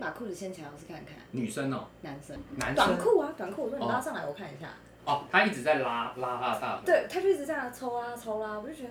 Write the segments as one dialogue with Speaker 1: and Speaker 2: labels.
Speaker 1: 把裤子掀起来，我是看看
Speaker 2: 女生哦，
Speaker 1: 男生
Speaker 2: 男
Speaker 1: 短
Speaker 2: 生
Speaker 1: 裤啊，短裤，我说你
Speaker 2: 哦
Speaker 1: 拉上来我看一下，
Speaker 2: 哦，他一直在拉拉他的大腿。
Speaker 1: 对，他就一直这样抽啊抽啦、我就觉得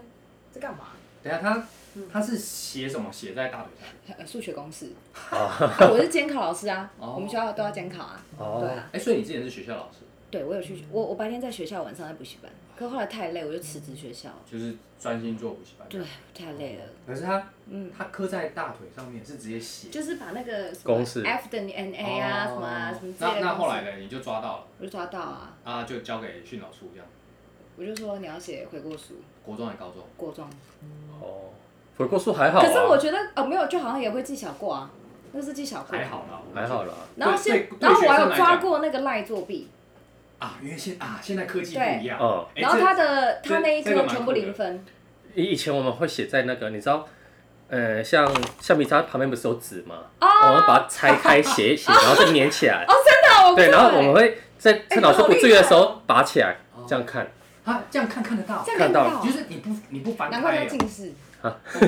Speaker 1: 在干嘛？
Speaker 2: 等一下他
Speaker 1: 嗯
Speaker 2: 他是写什么？写在大腿上？
Speaker 1: 呃 数学公 式，
Speaker 3: 啊，
Speaker 1: 啊我是监考老师啊，
Speaker 2: 哦
Speaker 1: 我们学校都要监考啊，对
Speaker 3: 哦，
Speaker 1: 啊，
Speaker 2: 哎，所以你之前是学校老师，
Speaker 1: 对我有去，我我白天在学校，晚上在补习班，可后来太累，我就辞职学校了，
Speaker 2: 就是专心做补习班。
Speaker 1: 对，太累了。
Speaker 2: 可是他
Speaker 1: 嗯，
Speaker 2: 他刻在大腿上面是直接写。
Speaker 1: 就是把那个什么
Speaker 3: 公式
Speaker 1: F 等于 n a 啊，
Speaker 2: 哦
Speaker 1: 什么啊，什么之类
Speaker 2: 那
Speaker 1: 的。
Speaker 2: 那后来，呢？你就抓到了
Speaker 1: 我就抓到啊，
Speaker 2: 啊，就交给训导处这样。
Speaker 1: 我就说你要写悔过书，
Speaker 2: 国中还高中？
Speaker 1: 过状。
Speaker 3: 哦，悔过书还好啊，
Speaker 1: 可是我觉得哦，没有，就好像也会记小过啊，那是记小过。
Speaker 2: 还。好啦，我觉得
Speaker 3: 还好啦。
Speaker 1: 然后
Speaker 2: 对
Speaker 1: 现
Speaker 2: 对，
Speaker 1: 然后
Speaker 2: 对
Speaker 1: 我还
Speaker 2: 学生
Speaker 1: 有
Speaker 2: 来
Speaker 1: 抓
Speaker 2: 讲
Speaker 1: 过那个赖作弊，
Speaker 2: 啊，因为现啊现在科技不一样，
Speaker 3: 哦，
Speaker 2: 哎
Speaker 1: 然后
Speaker 2: 这
Speaker 1: 他的
Speaker 2: 这
Speaker 1: 他那一
Speaker 2: 这个
Speaker 1: 科
Speaker 2: 蛮
Speaker 1: 全
Speaker 2: 酷
Speaker 1: 部
Speaker 2: 的
Speaker 1: 零分。
Speaker 3: 以以前我们会写在那个，你知道，呃，像橡皮擦旁边不是有纸吗？
Speaker 1: 哦
Speaker 3: 我们把它拆开 写一写，然后再粘起来。
Speaker 1: 那哦我不
Speaker 3: 对，
Speaker 1: 知
Speaker 3: 然
Speaker 1: 道哎
Speaker 3: 后我们
Speaker 1: 欸
Speaker 3: 会在趁老师不注意的时候拔起来，这样看。
Speaker 2: 啊这样看看得到
Speaker 1: 这，样看
Speaker 3: 看到
Speaker 1: 到
Speaker 2: 就
Speaker 1: 啊，
Speaker 2: 是你不你不翻
Speaker 1: 难怪
Speaker 2: 开
Speaker 1: 要
Speaker 2: 哦，
Speaker 1: 近视，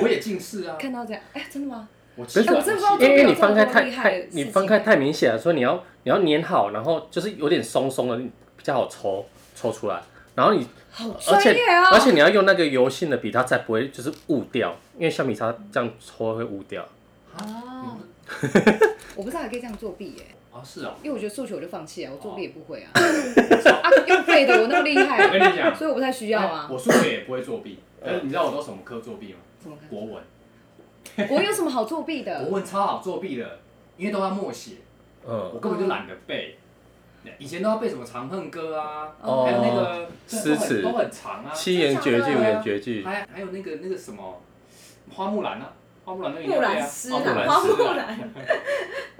Speaker 2: 我也近视啊，
Speaker 1: 看到这样，哎，真的吗？
Speaker 2: 我
Speaker 3: 不是
Speaker 2: 其实
Speaker 1: 我真的不知道
Speaker 3: 因为因为你
Speaker 1: 哦这么
Speaker 3: 翻开太
Speaker 1: 厉害的
Speaker 3: 太
Speaker 1: 事，情
Speaker 3: 你翻开太明显了，所以你要你要粘好，然后就是有点松松的，比较好抽抽出来。然后你，
Speaker 1: 好
Speaker 3: 而
Speaker 1: 专
Speaker 3: 且
Speaker 1: 业哦。
Speaker 3: 而且你要用那个油性的笔，它才不会就是雾掉，因为橡皮擦这样抽会雾掉。
Speaker 2: 嗯
Speaker 1: 哦， 我不知道还可以这样作弊耶，欸
Speaker 2: 啊是哦，
Speaker 1: 因为我觉得数学我就放弃了，我作弊也不会啊。啊，用背的我那么厉
Speaker 2: 我跟
Speaker 1: 害，
Speaker 2: 你讲，哎
Speaker 1: 所以我不太需要啊。
Speaker 2: 我数学也不会作弊，但是你知道我都什么科作弊吗？
Speaker 1: 怎么看？
Speaker 2: 国文，
Speaker 1: 我有什么好作弊
Speaker 2: 国
Speaker 1: 的？
Speaker 2: 文超好作弊的，因为都要默写，我
Speaker 3: 嗯，
Speaker 2: 根本就懒得背。以前都要背什么《长恨歌》啊，
Speaker 3: 哦
Speaker 2: 还有那个
Speaker 3: 诗词
Speaker 2: 都很都很长啊，
Speaker 3: 七言绝句，
Speaker 1: 真
Speaker 3: 五
Speaker 1: 的
Speaker 3: 言绝句。
Speaker 2: 还还有那个那个什么花木兰啊，花木兰那个
Speaker 1: 木
Speaker 2: 也要背
Speaker 1: 兰
Speaker 2: 啊
Speaker 1: 诗
Speaker 2: 哦
Speaker 1: 啊，
Speaker 2: 花
Speaker 1: 花
Speaker 2: 木
Speaker 1: 木
Speaker 2: 兰诗啊，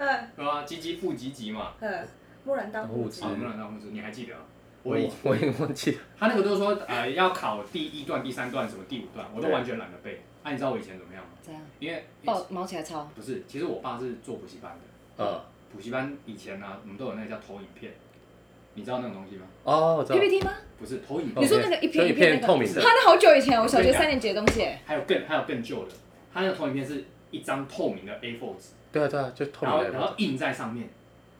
Speaker 1: 兰，嗯
Speaker 2: 对啊，唧唧复唧唧嘛，
Speaker 1: 嗯，木兰当户织
Speaker 2: 花
Speaker 3: 嗯
Speaker 2: 木兰当故事，你还记得啊？我
Speaker 3: 我
Speaker 2: 以
Speaker 3: 我也忘记了，
Speaker 2: 他那个都说呃要考第一段、第三段什么第五段，我都
Speaker 3: 对
Speaker 2: 完全懒得背。啊那、你知道我以前怎么样吗？
Speaker 1: 这样
Speaker 2: 因为
Speaker 1: 抱毛起来抄，
Speaker 2: 不是，其实我爸是做补习班的，
Speaker 3: 嗯，
Speaker 2: 补习班以前呢、我们都有那个叫投影片，你知道那种东西吗？
Speaker 3: 哦，我知道，
Speaker 1: PPT 吗？
Speaker 2: 不是投影
Speaker 3: 哦
Speaker 1: 你
Speaker 2: 片，
Speaker 1: 说那个一
Speaker 3: 就
Speaker 1: 片
Speaker 3: 一
Speaker 1: 一
Speaker 3: 片
Speaker 1: 片那
Speaker 3: 透
Speaker 1: 个，
Speaker 3: 明的
Speaker 1: 他，那好久以前，我小学三年级的 东西耶。
Speaker 2: 还有更还有更旧的，他那个投影片是一张透明的 A4 纸，
Speaker 3: 对啊对啊，就透
Speaker 2: 然后
Speaker 3: 明
Speaker 2: 然
Speaker 3: 的，
Speaker 2: 后印在上面，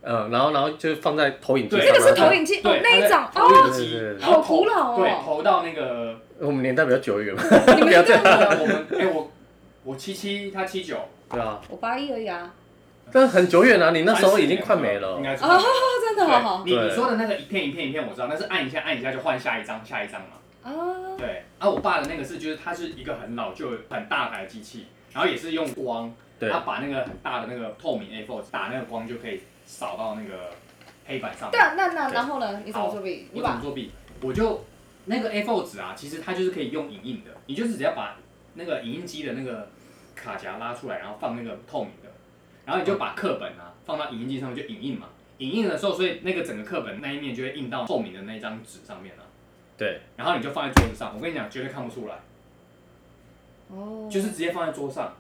Speaker 3: 嗯，然后然后就放在投影机
Speaker 2: 对
Speaker 1: 那
Speaker 3: 上，
Speaker 1: 个是
Speaker 3: 然 后
Speaker 1: 投影机哦
Speaker 2: 对，，
Speaker 1: 那一种
Speaker 2: 它在投
Speaker 1: 哦，
Speaker 2: 影机
Speaker 3: 对对对，
Speaker 2: 然
Speaker 1: 好
Speaker 2: 后
Speaker 1: 古
Speaker 2: 投
Speaker 1: 老哦
Speaker 2: 对，投到那个
Speaker 3: 我们年代比较久远 嘛，
Speaker 1: 你
Speaker 3: 不
Speaker 1: 们
Speaker 3: 要
Speaker 1: 一
Speaker 3: 这样，
Speaker 1: 个
Speaker 2: 我们哎、我我七七他七九，
Speaker 3: 对啊，
Speaker 1: 我八一而已啊，
Speaker 3: 但很久远啊，你那时候已经快没了
Speaker 2: 应，该是
Speaker 1: 哦， 真的哦，
Speaker 2: 对你
Speaker 3: 对
Speaker 2: 你说的那个一片一片一片，我知道，那是按一下按一下就换下一张下一张嘛。
Speaker 1: 啊，
Speaker 2: 对，啊，我爸的那个是就是它是一个很老旧很大台的机器，然后也是用光，
Speaker 3: 对
Speaker 2: 他把那个很大的那个透明 A4 打那个光就可以扫到那个黑板上
Speaker 1: 对
Speaker 2: 面。
Speaker 1: 啊，那那
Speaker 3: 对
Speaker 1: 然后呢？你怎么作弊？你
Speaker 2: 我怎么
Speaker 1: 把
Speaker 2: 作弊？我就那个 A4 纸啊，其实它就是可以用影印的，你就是只要把那个影印机的那个卡夹拉出来，然后放那个透明的，然后你就把课本啊放到影印机上面就影印嘛。影印的时候，所以那个整个课本那一面就会印到透明的那张纸上面了、
Speaker 3: 对，
Speaker 2: 然后你就放在桌子上。我跟你讲，绝对看不出来，
Speaker 1: 哦，
Speaker 2: 就是直接放在桌上，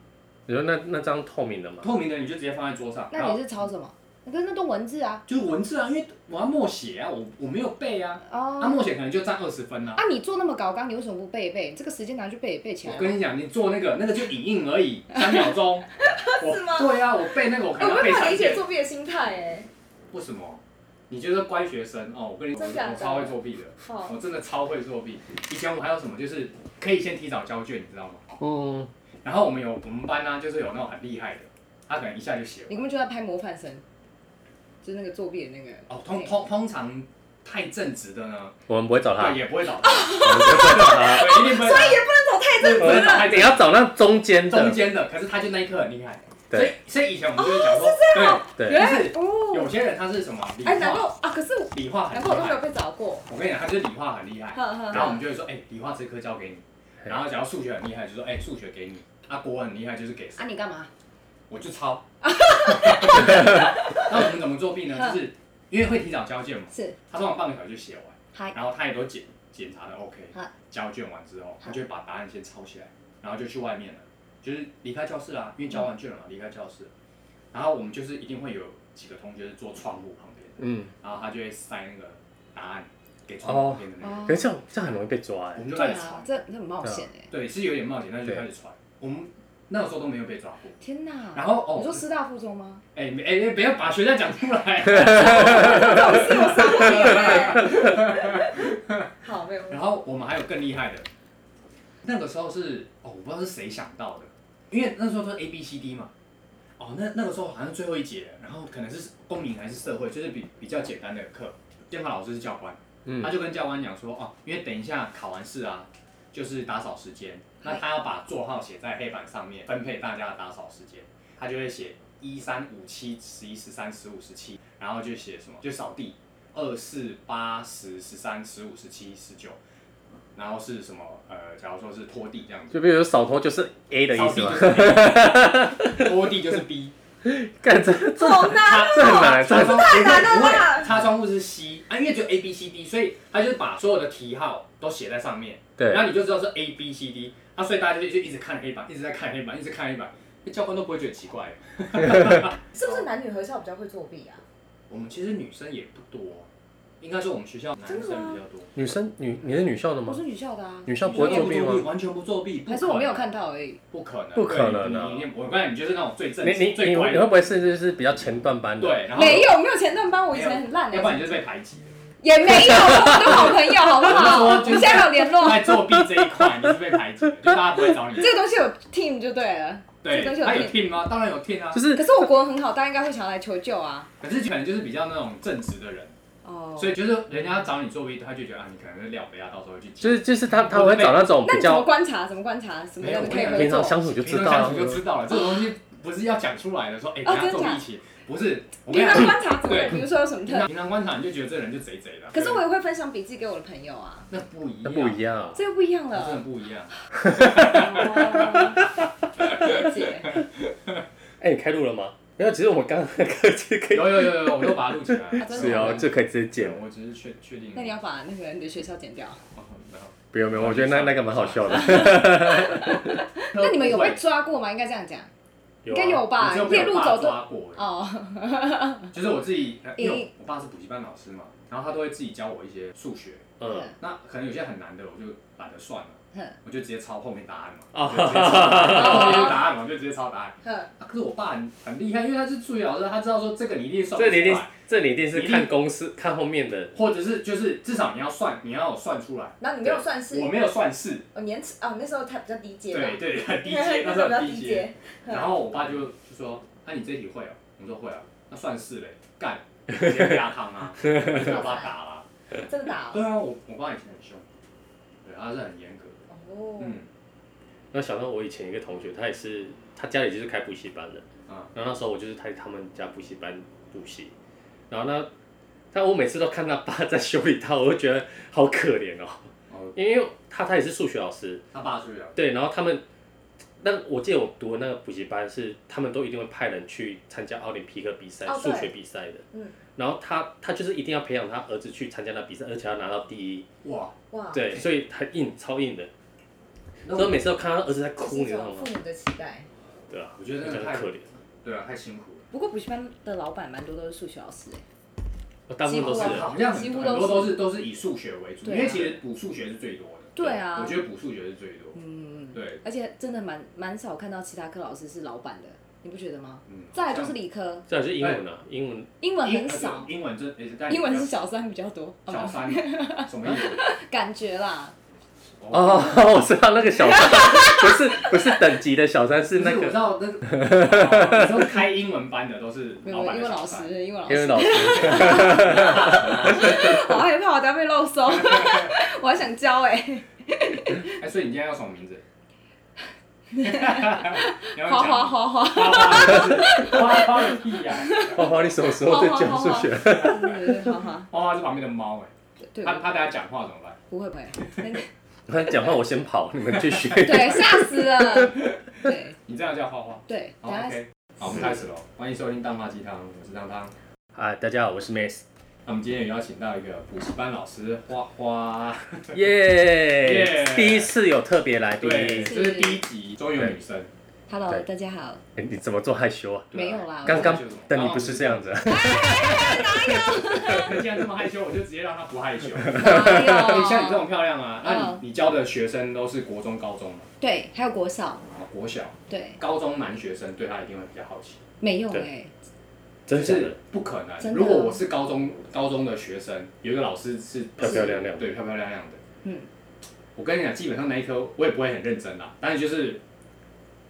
Speaker 3: 你说那那张透明的嘛，
Speaker 2: 透明的你就直接放在桌上。然
Speaker 1: 那
Speaker 2: 后
Speaker 1: 你是抄什么？可是那都文字啊，
Speaker 2: 就是文字啊，因为我要默写啊，我我没有背啊，那、
Speaker 1: 哦，
Speaker 2: 默写可能就占二十分啦、
Speaker 1: 啊，你做那么高纲，你为什么不背一背？这个时间拿去背也背起来
Speaker 2: 我
Speaker 1: 啊。
Speaker 2: 跟你讲，你做那个那个就影印而已，三秒 钟。我
Speaker 1: 是吗
Speaker 2: 对啊，我背那个我可
Speaker 1: 哎
Speaker 2: 能
Speaker 1: 我
Speaker 2: 要
Speaker 1: 没
Speaker 2: 背
Speaker 1: 办法
Speaker 2: 三
Speaker 1: 理解
Speaker 2: 遍。
Speaker 1: 作弊的心态哎，
Speaker 2: 为什么？你觉得乖学生哦？我跟你讲，
Speaker 1: 真假的
Speaker 2: 我超会作弊的，
Speaker 1: 哦，
Speaker 2: 我真的超会作弊。以前我还有什么就是可以先提早交卷，你知道吗？
Speaker 3: 嗯，
Speaker 2: 然后我们有我们班呢、就是有那种很厉害的，他可能一下就写完。
Speaker 1: 你根本就在拍模范生，就是那个作弊的那个。
Speaker 2: 哦，通通通常太正直的呢，
Speaker 3: 我们不会找他，我
Speaker 2: 对，
Speaker 3: 们
Speaker 2: 也不会找，
Speaker 3: 不会
Speaker 1: 哦
Speaker 3: 找他，
Speaker 2: 对，一啊定不会找。所以也不
Speaker 3: 我
Speaker 2: 能
Speaker 3: 们
Speaker 2: 找太
Speaker 3: 你
Speaker 2: 正直的。
Speaker 3: 要找那中间
Speaker 2: 中
Speaker 3: 的，
Speaker 2: 间的，可是他就那一刻很厉害，所以
Speaker 3: 对
Speaker 2: 所以以前我们就会讲
Speaker 1: 哦
Speaker 2: 说，
Speaker 1: 原
Speaker 2: 对，
Speaker 3: 对
Speaker 2: 就
Speaker 1: 来
Speaker 2: 是
Speaker 1: 哦，
Speaker 2: 有些人他是什么理
Speaker 1: 哎，难
Speaker 2: 化，
Speaker 1: 道啊？可是我
Speaker 2: 理化很
Speaker 1: 难怪我
Speaker 2: 厉
Speaker 1: 都没有
Speaker 2: 害。
Speaker 1: 被找过。
Speaker 2: 我跟你讲，他就是理化很厉害。
Speaker 1: 呵呵
Speaker 2: 然后我
Speaker 1: 呵，
Speaker 2: 们就会说，哎，理化这科交给你。
Speaker 3: 嘿
Speaker 2: 然后假如数学很厉害，就说，哎，数学给你。啊，国文很厉害，就是给谁
Speaker 1: 啊，你干嘛？
Speaker 2: 我 就抄。那我们怎么作弊呢？就是因为会提早交卷嘛，
Speaker 1: 是，
Speaker 2: 他通常半个小时就写完，
Speaker 1: 嗨，
Speaker 2: 然后他也都检检查的 OK
Speaker 1: 好。
Speaker 2: 交卷完之后，他
Speaker 1: 好
Speaker 2: 就会把答案先抄起来，然后就去外面了，就是离开教室啦，因为交完卷了嘛，离开教室。然后我们就是一定会有几个同学是坐窗户旁边。
Speaker 3: 嗯，
Speaker 2: 然后他就会塞那个答案给窗户旁边的那个人，
Speaker 1: 哦
Speaker 3: 可是这样这样很容易被抓
Speaker 2: 我
Speaker 3: 哎，
Speaker 2: 们就
Speaker 1: 对
Speaker 2: 开始
Speaker 1: 啊
Speaker 2: 传，。
Speaker 1: 这这很冒险哎。
Speaker 2: 对，是有点冒险，但是就开始传。我们那个时候都没有被抓过。
Speaker 1: 天哪！
Speaker 2: 然后哦
Speaker 1: 嗯你说师大附中 吗？
Speaker 2: 哎没哎哎，不要把学校讲出来。
Speaker 1: 老师有傻眼。 好，没有问题。
Speaker 2: 然后我们还有更厉害的，那个时候是哦，我不知道是谁想到的，因为那时候都是 A B C D 嘛。哦，那那个时候好像最后一节了，然后可能是公民还是社会，就是比比较简单的课。电话老师是教官，
Speaker 3: 嗯
Speaker 2: 他就跟教官讲说，哦，因为等一下考完试啊，就是打扫时间，那他要把座号写在黑板上面，分配大家的打扫时间，他就会写一三五七十一十三十五十七，然后就写什么就扫地，二四八十十三十五十七十九，然后是什么呃，假如说是拖地这样子，
Speaker 3: 就比如扫头就是 A 的意
Speaker 2: 扫
Speaker 3: 思
Speaker 2: 地
Speaker 3: 嘛
Speaker 2: 就，是 A，拖地就是 B。
Speaker 3: 干这这
Speaker 4: 好难哦
Speaker 3: 这很难，啊这
Speaker 2: 擦
Speaker 3: 很
Speaker 2: 窗户
Speaker 4: 难了
Speaker 2: 不会
Speaker 4: 啦，
Speaker 2: 擦窗户是 C 啊，因为只有 A B C D，所以他就把所有的题号都写在上面，
Speaker 3: 对
Speaker 2: 然后你就知道是 A B C D，啊，所以大家就就一直看黑板，一直在看黑板，一直看黑板，那教官都不会觉得奇怪。
Speaker 4: 是不是男女合校比较会作弊啊？
Speaker 2: 我们其实女生也不多，应该说我们学校男生
Speaker 4: 真
Speaker 2: 比
Speaker 4: 的吗
Speaker 2: 较多，
Speaker 3: 女生女你是女校的
Speaker 1: 我
Speaker 3: 吗？
Speaker 1: 是女校的啊，
Speaker 3: 女校不会
Speaker 2: 女生
Speaker 3: 作弊
Speaker 2: 也不
Speaker 3: 吗？
Speaker 2: 完全不作弊，不
Speaker 1: 还是
Speaker 2: 可
Speaker 1: 我没有
Speaker 2: 能，
Speaker 1: 看到而已。
Speaker 2: 不可能，
Speaker 3: 不可能
Speaker 2: 对
Speaker 3: 啊
Speaker 2: 你你我告诉你，你就是那种最正
Speaker 3: 你你你
Speaker 2: 最
Speaker 3: 你
Speaker 2: 乖
Speaker 3: 会
Speaker 2: 的，
Speaker 3: 不会是就是比较前段班的？
Speaker 2: 对，然后
Speaker 1: 没有，没有前段班，我以前很烂
Speaker 2: 要不然你
Speaker 1: 的，
Speaker 2: 就是被排挤的。
Speaker 1: 也没有，我都好朋友，好不
Speaker 2: 我
Speaker 1: 好？
Speaker 2: 是说
Speaker 1: 我
Speaker 2: 就是
Speaker 1: 们现在有联络。
Speaker 2: 在作弊这一块，你是被排挤的，就大家不会找你。
Speaker 1: 这个东西有 team 就对了，
Speaker 2: 对，
Speaker 1: 这东西有
Speaker 2: 他有
Speaker 1: team
Speaker 2: team 吗？当然有 team 啊
Speaker 3: 就。是
Speaker 1: 可是我国文很好，大家应该会想要来求救啊。
Speaker 2: 可是可能就是比较那种正直的人，
Speaker 1: 哦，
Speaker 2: 所以就是人家找你作弊，他就觉得啊，你可能是料杯啊，到时候去
Speaker 3: 就是就是他他会找那种
Speaker 1: 那
Speaker 3: 比
Speaker 1: 你怎么
Speaker 3: 较
Speaker 1: 观察？怎么观察？什么样的可以
Speaker 2: 没有我跟
Speaker 1: 合
Speaker 3: 平常
Speaker 1: 作？
Speaker 3: 相处就
Speaker 2: 平常
Speaker 3: 知道
Speaker 2: 相
Speaker 3: 啊
Speaker 2: 处。就知道了。这个东西不是要讲出来的，说哎，
Speaker 1: 哦
Speaker 2: 人家
Speaker 1: 真的
Speaker 2: 作弊
Speaker 1: 啊
Speaker 2: 起，不是我跟
Speaker 1: 平常
Speaker 2: 你讲，
Speaker 1: 观察怎么？
Speaker 2: 对
Speaker 1: 比如说有什么
Speaker 2: 平
Speaker 1: 特？
Speaker 2: 常平常观察你就觉得这人就贼贼的。
Speaker 1: 可是我也会分享笔记给我的朋友啊，
Speaker 2: 那不一
Speaker 3: 那
Speaker 2: 样，
Speaker 3: 不一样，啊
Speaker 1: 这又不一样
Speaker 2: 那真 的
Speaker 1: 了。
Speaker 2: 不一样。
Speaker 1: 哦了解，
Speaker 2: 嗯
Speaker 3: 哎，你开录了吗？没有，其实我们刚刚可以可以，
Speaker 2: 有有有有，我都把它录起来。
Speaker 1: 啊真的
Speaker 3: 是 哦，这可以直接
Speaker 2: 对
Speaker 3: 剪。
Speaker 2: 我只是确确定。
Speaker 1: 那你要把那个你的学校剪掉。
Speaker 2: 哦然后
Speaker 3: 不用不用，我觉得那那个蛮好笑的。
Speaker 1: 那你们有被
Speaker 2: 会？
Speaker 1: 抓过吗？应该这样讲，应该
Speaker 3: 啊
Speaker 1: 有吧
Speaker 2: 我呃只？有被
Speaker 1: 夜
Speaker 2: 我
Speaker 1: 路
Speaker 2: 爸
Speaker 1: 走多
Speaker 2: 抓过而已
Speaker 1: 哦，
Speaker 2: 就是我自己，呃因为
Speaker 1: 你
Speaker 2: 我爸是补习班老师嘛，然后他都会自己教我一些数学。
Speaker 3: 嗯，
Speaker 2: 那可能有些很难的，我就懒得算了
Speaker 1: 哼，
Speaker 2: 我就直接抄后面答案嘛，
Speaker 3: 哦
Speaker 2: 我就直接抄后面答案嘛，我就直接抄答案。
Speaker 1: 呵，
Speaker 2: 啊可是我爸很很厉害，因为他是数学老师，他知道说这个你一定算
Speaker 3: 这
Speaker 2: 不
Speaker 3: 里一
Speaker 2: 出
Speaker 3: 定
Speaker 2: 来，
Speaker 3: 这里一定是
Speaker 2: 一定
Speaker 3: 看公司看后面的，
Speaker 2: 或者是就是至少你要算，你要有算出来。
Speaker 4: 然后你没有算是
Speaker 2: 我，没有算是，
Speaker 1: 哦
Speaker 4: 我年次啊那时候他比较低阶
Speaker 2: 对
Speaker 4: 吧，
Speaker 2: 对，很低 阶，
Speaker 4: 那
Speaker 2: 那
Speaker 4: 时
Speaker 2: 时
Speaker 4: 候
Speaker 2: 候
Speaker 4: 比较
Speaker 2: 很低
Speaker 4: 低
Speaker 2: 阶。
Speaker 4: 阶，
Speaker 2: 然后我爸就就说：“那你这题会哦？”我说：“会啊。”那算是嘞，干，直接压汤啊， 被我爸打了。
Speaker 4: 真的 打哦
Speaker 2: 对啊，我我爸以前很凶，对，他是很严格的。
Speaker 4: 哦，
Speaker 2: 嗯，
Speaker 3: 我想到我以前一个同学，他也是他家里就是开补习班的，
Speaker 2: 嗯
Speaker 3: 然后那时候我就是在他们家补习班补习，然后呢，但我每次都看他爸在修理他，我就觉得好可怜哦，
Speaker 2: 哦，
Speaker 3: 因为他他也是数学老师，
Speaker 2: 他爸是啊，
Speaker 3: 对，然后他们，那我记得我读的那个补习班是他们都一定会派人去参加奥林匹克比赛、
Speaker 4: 哦
Speaker 3: 数
Speaker 4: 对
Speaker 3: 学比赛的，
Speaker 4: 嗯
Speaker 3: 然后他他就是一定要培养他儿子去参加那比赛，而且要拿到第一，
Speaker 2: 哇，
Speaker 4: 哇，
Speaker 3: 对，所以很硬，超硬的，
Speaker 2: 那
Speaker 3: 所以我每次都看他儿子在
Speaker 4: 这
Speaker 3: 哭，
Speaker 4: 是
Speaker 3: 你
Speaker 4: 一
Speaker 3: 知道
Speaker 4: 种
Speaker 3: 吗
Speaker 4: 父？母的期待，
Speaker 3: 对啊，
Speaker 2: 我觉得那个
Speaker 3: 就
Speaker 2: 太
Speaker 3: 很可怜。
Speaker 2: 对啊，太辛苦了。
Speaker 1: 不过补习班的老板蛮多都是数学老师哎，
Speaker 3: 我哦大部分都是
Speaker 1: 对啊
Speaker 2: 好像很
Speaker 1: 几乎
Speaker 2: 很
Speaker 1: 都
Speaker 2: 多都是都是以数学为主，
Speaker 1: 对
Speaker 2: 因
Speaker 1: 啊
Speaker 2: 为其实补数学是最多的。
Speaker 1: 对啊
Speaker 2: 我觉得补数学是最多。
Speaker 1: 嗯，
Speaker 2: 对，
Speaker 1: 而且真的蛮蛮少看到其他科老师是老板的，你不觉得吗？
Speaker 2: 嗯。
Speaker 1: 再来就是理科，
Speaker 3: 这就是英文啊，英文
Speaker 1: 英文
Speaker 2: 英
Speaker 1: 很少，
Speaker 2: 英文真也是，但
Speaker 1: 英文是小三比较多，
Speaker 2: 小
Speaker 1: 哦
Speaker 2: 三，什么意思？
Speaker 1: 感觉啦，
Speaker 2: 哦，
Speaker 3: 哦， 我知道那个小三，不是不是等级的小三，是那
Speaker 2: 不我知
Speaker 3: 个
Speaker 2: 道那个，哦你说开英文班的都是
Speaker 1: 没有
Speaker 2: 老
Speaker 1: 没有
Speaker 2: 板
Speaker 1: 英
Speaker 2: 的
Speaker 1: 文
Speaker 2: 小
Speaker 1: 老
Speaker 2: 三，
Speaker 1: 师，英文老
Speaker 3: 英文
Speaker 1: 师，
Speaker 3: 老师，
Speaker 1: 好害怕，我等下被漏 收，我还想教哎，
Speaker 2: 哎，所以你今天要什么名字？你要
Speaker 1: 花
Speaker 2: 讲
Speaker 1: 花花花，
Speaker 2: 花花花花个屁呀！
Speaker 3: 花花，哦你什么时候在教数学？
Speaker 1: 对对对花花，
Speaker 2: 花花是旁边的猫哎，
Speaker 1: 对，
Speaker 2: 它它等下讲话怎么办？
Speaker 1: 不会不会，那个
Speaker 3: 他讲话我先跑，你们继续。
Speaker 1: 对，吓死了，对
Speaker 2: 你这样叫花花。
Speaker 1: 对，
Speaker 2: 好
Speaker 1: 等下
Speaker 2: 哦，OK，好，我们开始喽。欢迎收听《蛋花鸡汤》，我是汤汤。
Speaker 3: 啊，大 家好，我是 Max，
Speaker 2: 那我们今天也邀请到一个补习班老师花花，
Speaker 3: 耶
Speaker 2: 耶，
Speaker 3: 第一次有特别来宾，
Speaker 2: 对，
Speaker 1: 是
Speaker 2: 这是第一集，终于有女生，
Speaker 1: Hello，
Speaker 3: 对
Speaker 1: 大家好。
Speaker 3: 哎你怎么做害羞啊？
Speaker 1: 没有啦
Speaker 3: 刚刚但你不是这样子啊，
Speaker 2: 你哦既然这么害羞，我就直接让他不害 羞。
Speaker 1: 哪有
Speaker 2: 你像你这种漂亮啊，那
Speaker 1: 嗯
Speaker 2: 你你教的学生都是国中、高中嘛？
Speaker 1: 对，还有国少，
Speaker 2: 啊国小、
Speaker 1: 对，
Speaker 2: 高中男学生对他一定会比较好奇，
Speaker 1: 没用哎、
Speaker 3: 对真
Speaker 2: 就是
Speaker 3: 假的
Speaker 2: 是不可能。
Speaker 1: 真的
Speaker 2: 如果我是高中高中的学生，有一个老师是
Speaker 3: 漂漂亮亮
Speaker 2: 对，漂漂亮亮的。
Speaker 1: 嗯，
Speaker 2: 我跟你讲，基本上那一科我也不会很认真啦，啊但是就是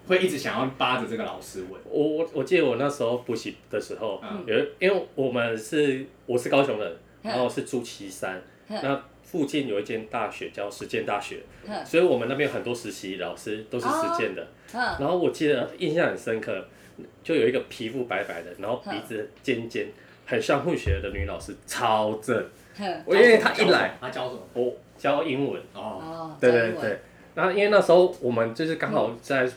Speaker 2: 会一直想要扒着这个老师问。
Speaker 3: 我我我记得我那时候补习的时候，
Speaker 2: 嗯
Speaker 3: 有因为我们是我是高雄人，
Speaker 1: 嗯
Speaker 3: 然后是住旗山，
Speaker 1: 嗯
Speaker 3: 那附近有一间大学叫实践大学，
Speaker 1: 嗯
Speaker 3: 所以我们那边有很多实习老师都是实践的。
Speaker 1: 嗯，
Speaker 3: 然后我记得印象很深刻，就有一个皮肤白白的，然后鼻子
Speaker 1: 嗯
Speaker 3: 尖尖，很像混血的女老师，超正。
Speaker 1: 哼，
Speaker 3: 我因为她一来，
Speaker 2: 他教什么？
Speaker 3: 我教英文，
Speaker 2: 哦，
Speaker 1: 哦，
Speaker 3: 对
Speaker 1: 教
Speaker 3: 对
Speaker 1: 英文
Speaker 3: 对。然后因为那时候我们就是刚好在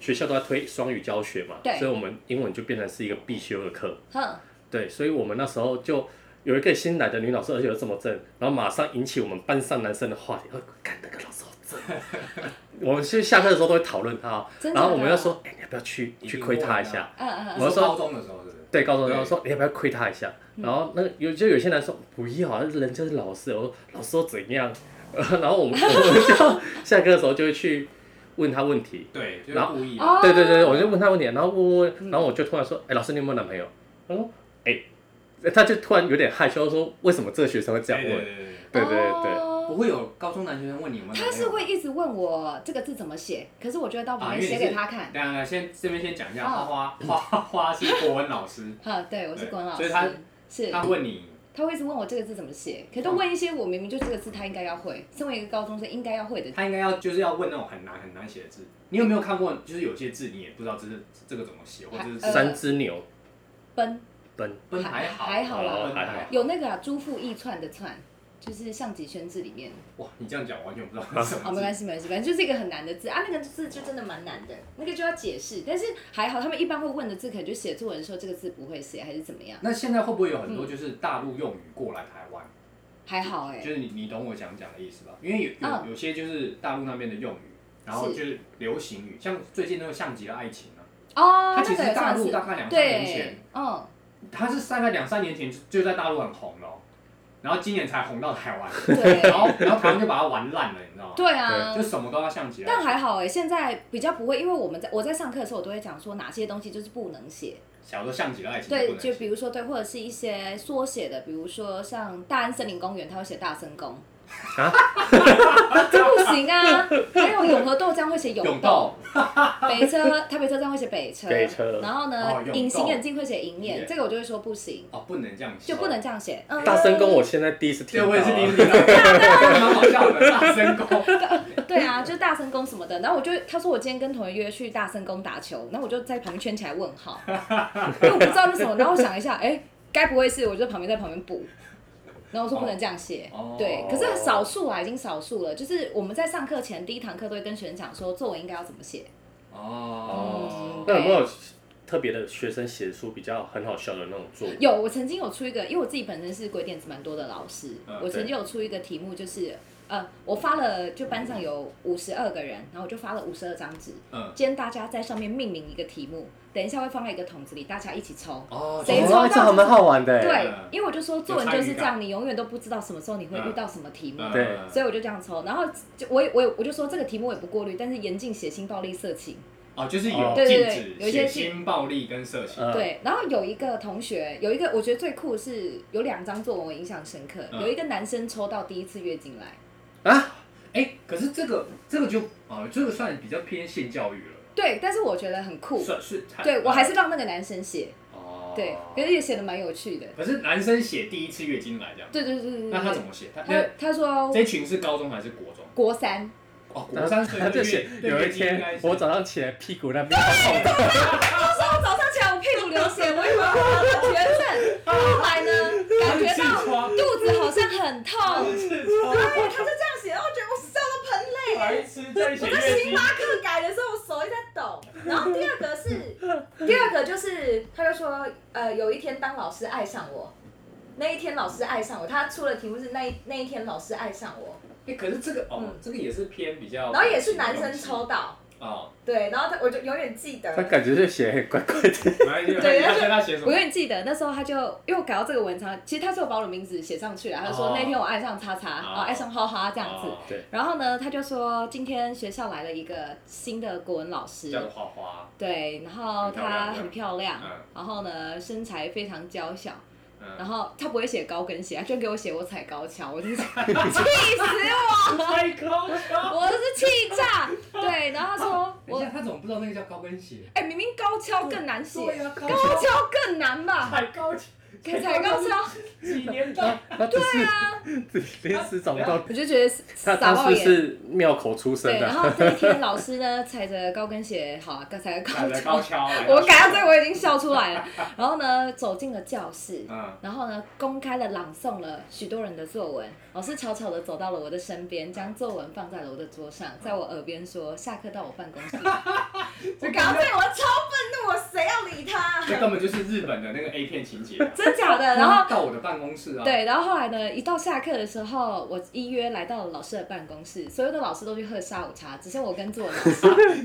Speaker 3: 学校都在推双语教学嘛，
Speaker 1: 对
Speaker 3: 所以我们英文就变成是一个必修的课。
Speaker 1: 哼，
Speaker 3: 对，所以我们那时候就有一个新来的女老师，而且又这么正，然后马上引起我们班上男生的话题，哦，看那个老师好正。 我们去下课的时候都会讨论他，
Speaker 1: 真的
Speaker 3: 然后我们
Speaker 1: 假的
Speaker 3: 要说，哎、你要不要去去窥他一下？
Speaker 1: 嗯嗯嗯，
Speaker 3: 我
Speaker 2: 我
Speaker 3: 说
Speaker 2: 说高中的时候是不是？
Speaker 3: 对，高中
Speaker 2: 对
Speaker 3: 生
Speaker 2: 嗯
Speaker 3: 说你要不要窥他一下？然后那个有就有些男生说不要啊，人家是老师，我说老师又怎样？ 呃然后我们我们就下课的时候就会去问他问题，
Speaker 2: 对，就是
Speaker 3: 然后啊
Speaker 2: 故意的。
Speaker 1: 哦
Speaker 3: 对对对，我就问他问题，然后问问
Speaker 2: 嗯
Speaker 3: 问，然后我就突然说，哎、老师你有没有男朋友？他说，哎、他就突然有点害羞，说为什么这个学生会这样
Speaker 2: 对
Speaker 3: 问？
Speaker 2: 对对对
Speaker 3: 对对对
Speaker 2: 对不
Speaker 1: 哦
Speaker 2: 会有高中男学生问你有没有男朋友
Speaker 1: 他
Speaker 2: 吗？
Speaker 1: 是会一直问我这个字怎么写，可是我就会到旁边
Speaker 2: 啊因为
Speaker 1: 写
Speaker 2: 你是
Speaker 1: 给他看。
Speaker 2: 当然，先这边先讲一下，花
Speaker 1: 哦
Speaker 2: 花花花是国文老师，
Speaker 1: 哈，对我是国文老
Speaker 2: 所
Speaker 1: 师
Speaker 2: 以他，
Speaker 1: 是
Speaker 2: 他问你，
Speaker 1: 他会一直问我这个字怎么
Speaker 2: 嗯
Speaker 1: 写，可都问一些我明明就这个字他应该要会，身为一个高中生应该要会的。
Speaker 2: 他应该要就是要问那种很难很难写的字。你有没有看过？就是有些字你也不知道这是这个怎么写，或者
Speaker 1: 呃
Speaker 2: 是
Speaker 3: 三只牛
Speaker 2: 嗯
Speaker 1: 奔
Speaker 3: 奔，
Speaker 2: 奔
Speaker 1: 还
Speaker 2: 好，
Speaker 1: 还好
Speaker 3: 啦
Speaker 2: 奔
Speaker 3: 还好
Speaker 1: 有那个啊，朱富易串的串，就是象极轩字里面。
Speaker 2: 哇，你这样讲完全不知道是什
Speaker 1: 哦，
Speaker 2: 么
Speaker 1: 没
Speaker 2: 字。
Speaker 1: 关系，没关系，反正就是一个很难的字啊。那个
Speaker 4: 字就真的蛮难的。
Speaker 1: 那个就要解释，但是还好，他们一般会问的字，可能就写作文的时候这个字不会写，还是怎么样？
Speaker 2: 那现在会不会有很多就是大陆用语过来台湾？
Speaker 1: 还好哎、
Speaker 2: 就是你你懂我想讲的意思吧？因为有有
Speaker 1: 嗯
Speaker 2: 有些就是大陆那边的用语，然后
Speaker 1: 是
Speaker 2: 就是流行语，像最近那个像极了爱情啊，
Speaker 1: 哦，
Speaker 2: 它
Speaker 1: 那
Speaker 2: 其实
Speaker 1: 个也
Speaker 2: 大
Speaker 1: 算
Speaker 2: 陆
Speaker 1: 是
Speaker 2: 大概两三年前
Speaker 1: 对，，嗯，
Speaker 2: 他是大概两三年前就就在大陆很红了，然后今年才红到台湾，
Speaker 1: 对
Speaker 2: 然后然后台湾就把它玩烂了，你知道吗？
Speaker 1: 对啊
Speaker 2: 就。什么都要像极了。
Speaker 1: 但还好哎、现在比较不会，因为我们在我在上课的时候，我都会讲说哪些东西就是不能写，
Speaker 2: 小时候像极了爱情
Speaker 1: 对，
Speaker 2: 就
Speaker 1: 就比如说对，或者是一些缩写的，比如说像大安森林公园，它会写大森宫
Speaker 3: 啊，
Speaker 1: 这不行啊。还有永和豆浆会写
Speaker 2: 永
Speaker 1: 永豆，，北车台北车站会写北车，
Speaker 3: 北车
Speaker 1: 然后
Speaker 2: 哦
Speaker 1: 呢
Speaker 2: 永，豆
Speaker 1: 隐形眼镜会写银
Speaker 2: 银
Speaker 1: 眼，
Speaker 2: 眼
Speaker 1: 这个我就会说不行，
Speaker 2: 哦，不能这样写，
Speaker 1: 就不能这样写。嗯
Speaker 3: 哦大声公我现在第一次听
Speaker 2: 对，
Speaker 3: 到、啊
Speaker 2: 我也是第一次听到， 蛮好笑的，大声哦公。
Speaker 1: 对啊，就大圣宫什么的。然后我就他说我今天跟同学约去大圣宫打球，然后我就在旁边圈起来问号，因为我不知道是什么。然后我想一下，哎、该不会是我就旁边在旁边补。然后我说不能这样写，
Speaker 2: 哦
Speaker 1: 对，可是少数啊，已经少数了。就是我们在上课前第一堂课都会跟学生讲说作文应该要怎么写，
Speaker 2: 哦，
Speaker 3: 那有没有特别的学生写出比较很好笑的那种作文？
Speaker 1: 有，我曾经有出一个，因为我自己本身是鬼点子蛮多的老师，
Speaker 2: 嗯
Speaker 1: 我曾
Speaker 3: 对
Speaker 1: 经有出一个题目就是，呃，我发了就班上有五十二个人，然后我就发了五十二张纸，
Speaker 2: 嗯，
Speaker 1: 今天大家在上面命名一个题目，等一下会放在一个桶子里，大家一起抽。
Speaker 2: 哦，
Speaker 1: 谁
Speaker 3: 哦
Speaker 1: 抽到
Speaker 3: 这还蛮好玩的欸。
Speaker 1: 对
Speaker 2: 嗯，
Speaker 1: 因为我就说作文就是这
Speaker 2: 有参与
Speaker 1: 样，你永远都不知道什么时候你会遇到什么题目，
Speaker 3: 对
Speaker 2: 嗯
Speaker 1: 所以我就这样抽。然后就我也我也我就说这个题目我也不过滤，但是严禁血腥、暴力、色情。
Speaker 2: 哦，就是有
Speaker 3: 哦
Speaker 1: 对
Speaker 2: 禁
Speaker 1: 对
Speaker 2: 止
Speaker 1: 对有一些
Speaker 2: 血腥、暴力跟色情。
Speaker 3: 嗯，
Speaker 1: 对，然后有一个同学，有一个我觉得最酷的是有两张作文我印象深刻，
Speaker 2: 嗯
Speaker 1: 有一个男生抽到第一次月经来，
Speaker 2: 哎，可是这个这个就哦，这个算比较偏性教育了，
Speaker 1: 对，但是我觉得很酷，
Speaker 2: 算是嗯
Speaker 1: 对我还是让那个男生写，
Speaker 2: 哦，
Speaker 1: 对，可是也写的蛮有趣的，
Speaker 2: 可是男生写第一次月经来这样，
Speaker 1: 对对对对
Speaker 2: 那他怎
Speaker 1: 对，
Speaker 2: 么写？他
Speaker 1: 嗯他
Speaker 2: 那
Speaker 1: 他说
Speaker 2: 这群是高中还是国中？
Speaker 1: 国三，
Speaker 2: 哦，国
Speaker 3: 然后
Speaker 2: 三岁
Speaker 3: 他就写有一天我早上起来屁股那边好痛。
Speaker 1: 他说我早上起来我屁股流血，我以为我绝症，后来呢 感觉到
Speaker 2: 到
Speaker 1: 肚子好像很 痛，
Speaker 4: 对，他就这样写，然后我觉得我笑到喷泪耶。
Speaker 2: 白痴在写
Speaker 4: 我在
Speaker 2: 月
Speaker 4: 星
Speaker 2: 经
Speaker 4: 巴克改的时候，我手一直在抖。然后第二个是，第二个就是，他就说，呃，有一天当老师爱上我，那一天老师爱上我，他出的题目是那一那一天老师爱上我，
Speaker 2: 哎，可是这个哦
Speaker 4: 嗯，
Speaker 2: 这个也是偏比较，
Speaker 4: 然后也是男生抽到，
Speaker 2: 哦，
Speaker 4: 对，然后他我就永远记得
Speaker 3: 他，感觉就写怪怪的，
Speaker 2: 来， 你
Speaker 1: 对
Speaker 2: 看他写什
Speaker 1: 我
Speaker 2: 么
Speaker 1: 永？远记得那时候他就因为我改到这个文章，其实他是有把我的名字写上去
Speaker 4: 啊
Speaker 1: 了，他就说
Speaker 2: 哦
Speaker 1: 那天我爱上叉叉，啊、
Speaker 2: 哦
Speaker 1: 爱上哈哈这样子。
Speaker 2: 哦
Speaker 1: 然后呢，他就说今天学校来了一个新的国文老师，
Speaker 2: 叫花花，
Speaker 1: 对，然后
Speaker 2: 很漂亮
Speaker 1: 她很漂亮
Speaker 2: 嗯，
Speaker 1: 然后呢身材非常娇小，然
Speaker 2: 嗯，
Speaker 1: 后她不会写高跟鞋，她居然给我写我踩高跷， 我真是气死
Speaker 2: 太高跷。
Speaker 1: 我，我真是气炸。对，然后她说
Speaker 2: 等一
Speaker 1: 我
Speaker 2: 下，他怎么不知道那个叫高跟鞋？
Speaker 1: 哎、明明高跷更难写，
Speaker 2: 对啊，高
Speaker 1: 高
Speaker 2: 跷，
Speaker 1: 跷更难吧？
Speaker 2: 踩高跷，
Speaker 1: 可踩高跷，
Speaker 2: 几年代？
Speaker 3: 他只
Speaker 1: 啊
Speaker 3: 是临时找不到，
Speaker 1: 我就觉得
Speaker 3: 他
Speaker 1: 傻
Speaker 3: 当
Speaker 1: 爆
Speaker 3: 时
Speaker 1: 眼。
Speaker 3: 是庙口出身
Speaker 1: 对，然
Speaker 3: 的，
Speaker 1: 后这一天老师呢踩着高跟鞋，好、啊，踩着高
Speaker 2: 踩着
Speaker 1: 跷
Speaker 2: 高，跷，
Speaker 1: 我改到这个我已经笑出来了。然后呢走进了教室，
Speaker 2: 嗯，
Speaker 1: 然后呢，公开的朗诵了许多人的作文。老师悄悄的走到了我的身边，将作文放在了我的桌上，在我耳边说：“下课到我办公室。
Speaker 4: 我搞这个我超愤怒，我谁要理他？
Speaker 2: 这根本就是日本的那个 A 片情节啊”。
Speaker 1: 真假嗯的？然后
Speaker 2: 到我的办公室啊，，
Speaker 1: 对，然后后来呢，一到下课的时候，我依约来到了老师的办公室，所有的老师都去喝下午茶，只剩我跟作文老师。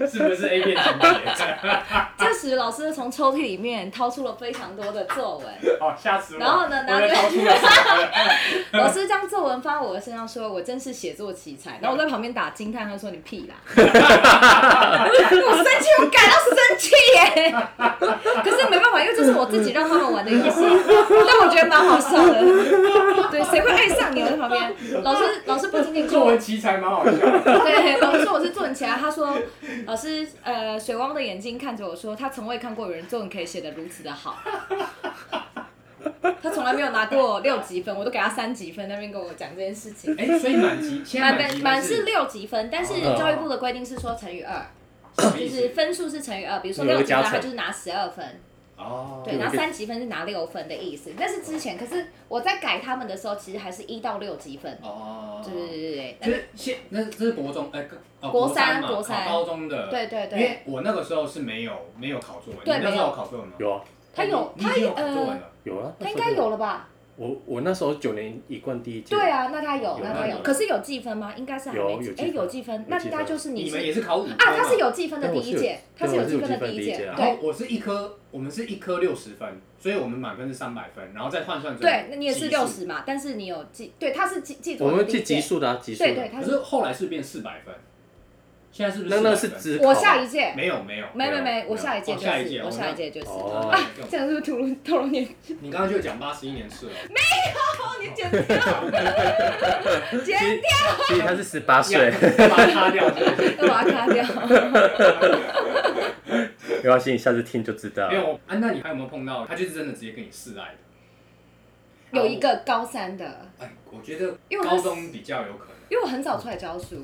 Speaker 2: 是不是 A 片情节？
Speaker 1: 这时，老师从抽屉里面掏出了非常多的作文，
Speaker 2: 哦，吓死我！
Speaker 1: 然后呢拿
Speaker 2: 我在啊逃出来
Speaker 1: 老师将作文发我的身上说，我真是写作奇才。然后我在旁边打惊叹，他说你屁啦！我生气，我感到生气耶。可是没办法，因为这是我自己让他们玩的游戏，但我觉得蛮好笑的。对，谁会爱上你？我在旁边，老师老师不仅仅说
Speaker 2: 作
Speaker 1: 我
Speaker 2: 文奇才蛮好笑的，
Speaker 1: 对，老师说我是作文奇才，他说老师呃水汪的眼睛看着我说，他从未看过有人作文可以写得如此的好。他从来没有拿过六级分，我都给他三级分，那边跟我讲这件事情。
Speaker 2: 哎，所以满级，现在
Speaker 1: 满嗯满
Speaker 2: 级
Speaker 1: 满
Speaker 2: 是
Speaker 1: 是六级分，但是
Speaker 2: 哦
Speaker 1: 教育部的规定是说乘以二，
Speaker 2: 什么
Speaker 1: 就
Speaker 2: 意
Speaker 1: 是
Speaker 2: 思？
Speaker 1: 分数是乘以二。比如说
Speaker 3: 有一
Speaker 1: 六
Speaker 3: 个
Speaker 1: 级分，
Speaker 3: 加
Speaker 1: 他
Speaker 3: 成
Speaker 1: 就是拿十二分，
Speaker 2: 哦，
Speaker 1: 对，
Speaker 3: 有一
Speaker 1: 然
Speaker 3: 个
Speaker 1: 后三级分是拿六分的意思。但是之前，可是我在改他们的时候，其实还是一到六级分。
Speaker 2: 哦，
Speaker 1: 对对对对
Speaker 2: 就
Speaker 1: 对，
Speaker 2: 是现那这是国中，哎，哦
Speaker 1: 国
Speaker 2: 三
Speaker 1: 三
Speaker 2: 嘛，
Speaker 1: 国
Speaker 2: 考
Speaker 1: 三
Speaker 2: 高中的，
Speaker 1: 对对
Speaker 2: 因
Speaker 1: 对，
Speaker 2: 为我那个时候是没有没有考作文，
Speaker 1: 对
Speaker 2: 你那时
Speaker 1: 没有
Speaker 2: 候有考作文吗？
Speaker 3: 有啊
Speaker 1: 他呃有
Speaker 2: 你你已经有考作文了，
Speaker 3: 有啊，
Speaker 1: 他应该有了吧？
Speaker 3: 我我那时候九年一贯第一届，
Speaker 1: 对啊，那他有，
Speaker 3: 有
Speaker 1: 那
Speaker 3: 那
Speaker 1: 他
Speaker 3: 有
Speaker 1: 有。可是有计分吗？应该是还
Speaker 3: 有
Speaker 1: 没
Speaker 3: 有
Speaker 1: 计，
Speaker 3: 计
Speaker 1: 哎，
Speaker 3: 分
Speaker 1: 有计分，那
Speaker 3: 有计
Speaker 1: 他
Speaker 3: 分
Speaker 1: 就是
Speaker 2: 你们
Speaker 1: 是
Speaker 2: 也是考五科
Speaker 1: 啊，他是
Speaker 2: 嘛。
Speaker 1: 有计分的
Speaker 3: 对
Speaker 1: 第
Speaker 3: 我
Speaker 1: 一
Speaker 3: 是有
Speaker 1: 届，他
Speaker 3: 对
Speaker 1: 有
Speaker 3: 我是
Speaker 1: 计分的
Speaker 3: 有计分
Speaker 1: 第
Speaker 3: 第
Speaker 1: 一
Speaker 3: 一届
Speaker 1: 届，
Speaker 3: 啊
Speaker 2: 然后
Speaker 1: 对
Speaker 2: 我是一科，我们是一科六十分，所以我们满分是三百分，然后再换算成
Speaker 1: 对，那你也是
Speaker 2: 级
Speaker 1: 六
Speaker 2: 数。
Speaker 1: 十嘛，但是你有计，对，他是计计
Speaker 3: 我
Speaker 1: 总的
Speaker 3: 们
Speaker 1: 第一
Speaker 3: 记级
Speaker 1: 届，
Speaker 3: 数的啊，级数
Speaker 1: 对对，
Speaker 3: 的，
Speaker 1: 他
Speaker 2: 可
Speaker 1: 是
Speaker 2: 是后来是变四百分，现在是不是
Speaker 3: 那那
Speaker 2: 400
Speaker 3: 是
Speaker 2: 分
Speaker 3: 只
Speaker 1: 我
Speaker 3: 考
Speaker 1: 下
Speaker 3: 吗
Speaker 1: 一届，
Speaker 2: 没有没有，
Speaker 1: 没没没，我下一届
Speaker 2: 哦
Speaker 1: 就
Speaker 2: 下一届
Speaker 1: 是，我
Speaker 2: 哦
Speaker 1: 下
Speaker 2: 那
Speaker 1: 一届就是。
Speaker 3: 哦
Speaker 1: 啊，这样是不是透露透露年？
Speaker 2: 你刚刚就讲八十一年次了，
Speaker 1: 哦，你 剪掉，剪掉，
Speaker 3: 其实他是十八
Speaker 2: 一样
Speaker 3: 岁，
Speaker 2: 把它擦掉。是不 是
Speaker 1: 我要卡掉。
Speaker 3: 没关系，你啊下次听就知道
Speaker 2: 没
Speaker 3: 了。
Speaker 2: 有，安啊娜，你还有没有碰到？他就是真的直接跟你示爱的。
Speaker 1: 有一个高三的，
Speaker 2: 哎，我觉得
Speaker 1: 因为我
Speaker 2: 高
Speaker 1: 那
Speaker 2: 中比较有可能。
Speaker 1: 因为我很早出来教书，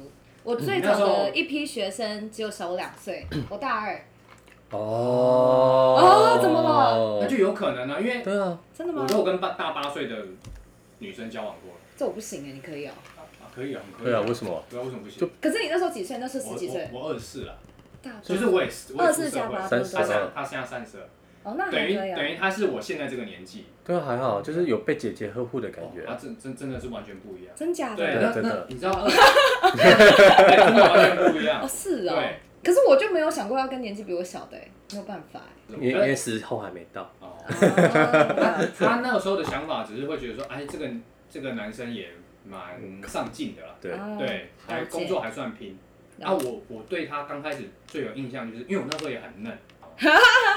Speaker 1: 我最
Speaker 2: 那
Speaker 1: 早
Speaker 2: 时候
Speaker 1: 的一批学生只有小我两岁，我大二。
Speaker 3: 哦
Speaker 1: 哦怎么了
Speaker 2: 那就有可能啊，因
Speaker 1: 哦
Speaker 2: 为
Speaker 3: 对啊，
Speaker 1: 真的吗
Speaker 2: 我？都有跟八大八岁的女生交往过了
Speaker 1: 这我不行哎，你可以哦。
Speaker 2: 啊，可以啊，很可以
Speaker 3: 对啊，为什么？
Speaker 2: 对啊，为什么不行？
Speaker 3: 就
Speaker 1: 可是你那时候几岁？那时候
Speaker 2: 我
Speaker 1: 十几岁，啊
Speaker 2: 我我二十四了，
Speaker 1: 大
Speaker 2: 其实
Speaker 1: 专
Speaker 2: 我也是，我也出
Speaker 1: 24
Speaker 2: 社
Speaker 1: 加
Speaker 2: 会
Speaker 1: 八
Speaker 2: 了，
Speaker 3: 三
Speaker 1: 对
Speaker 3: 十
Speaker 2: 他
Speaker 3: 啊
Speaker 1: 对
Speaker 2: 现在
Speaker 3: 二，
Speaker 2: 他现在三十二，
Speaker 1: 哦，那还
Speaker 2: 等于
Speaker 1: 可以
Speaker 2: 等
Speaker 1: 啊。
Speaker 2: 于他是我现在这个年纪，
Speaker 3: 对啊，还好，就是有被姐姐呵护的感
Speaker 2: 哦
Speaker 3: 觉
Speaker 2: 他
Speaker 3: 啊。
Speaker 2: 真真真的是完全不一样。
Speaker 1: 真假
Speaker 2: 对，
Speaker 1: 的？
Speaker 3: 对
Speaker 2: 那
Speaker 3: 真
Speaker 2: 那
Speaker 3: 的
Speaker 2: 你知道， 对哎真的完全不一
Speaker 1: 哦，
Speaker 2: 样。
Speaker 1: 是哦。
Speaker 2: 对，
Speaker 1: 可是我就没有想过要跟年纪比我小的哎，没有办法哎。
Speaker 3: 因为因为时候还没到，
Speaker 2: 哦，
Speaker 1: 哦
Speaker 2: 他那个时候的想法只是会觉得说，哎，这个这个男生也蛮上进的啦，
Speaker 3: 对，
Speaker 1: 哦
Speaker 2: 对，还
Speaker 1: 了解
Speaker 2: 工作还算拼。啊，
Speaker 1: 了解
Speaker 2: 我我对他刚开始最有印象就是，因为我那时候也 很嫩，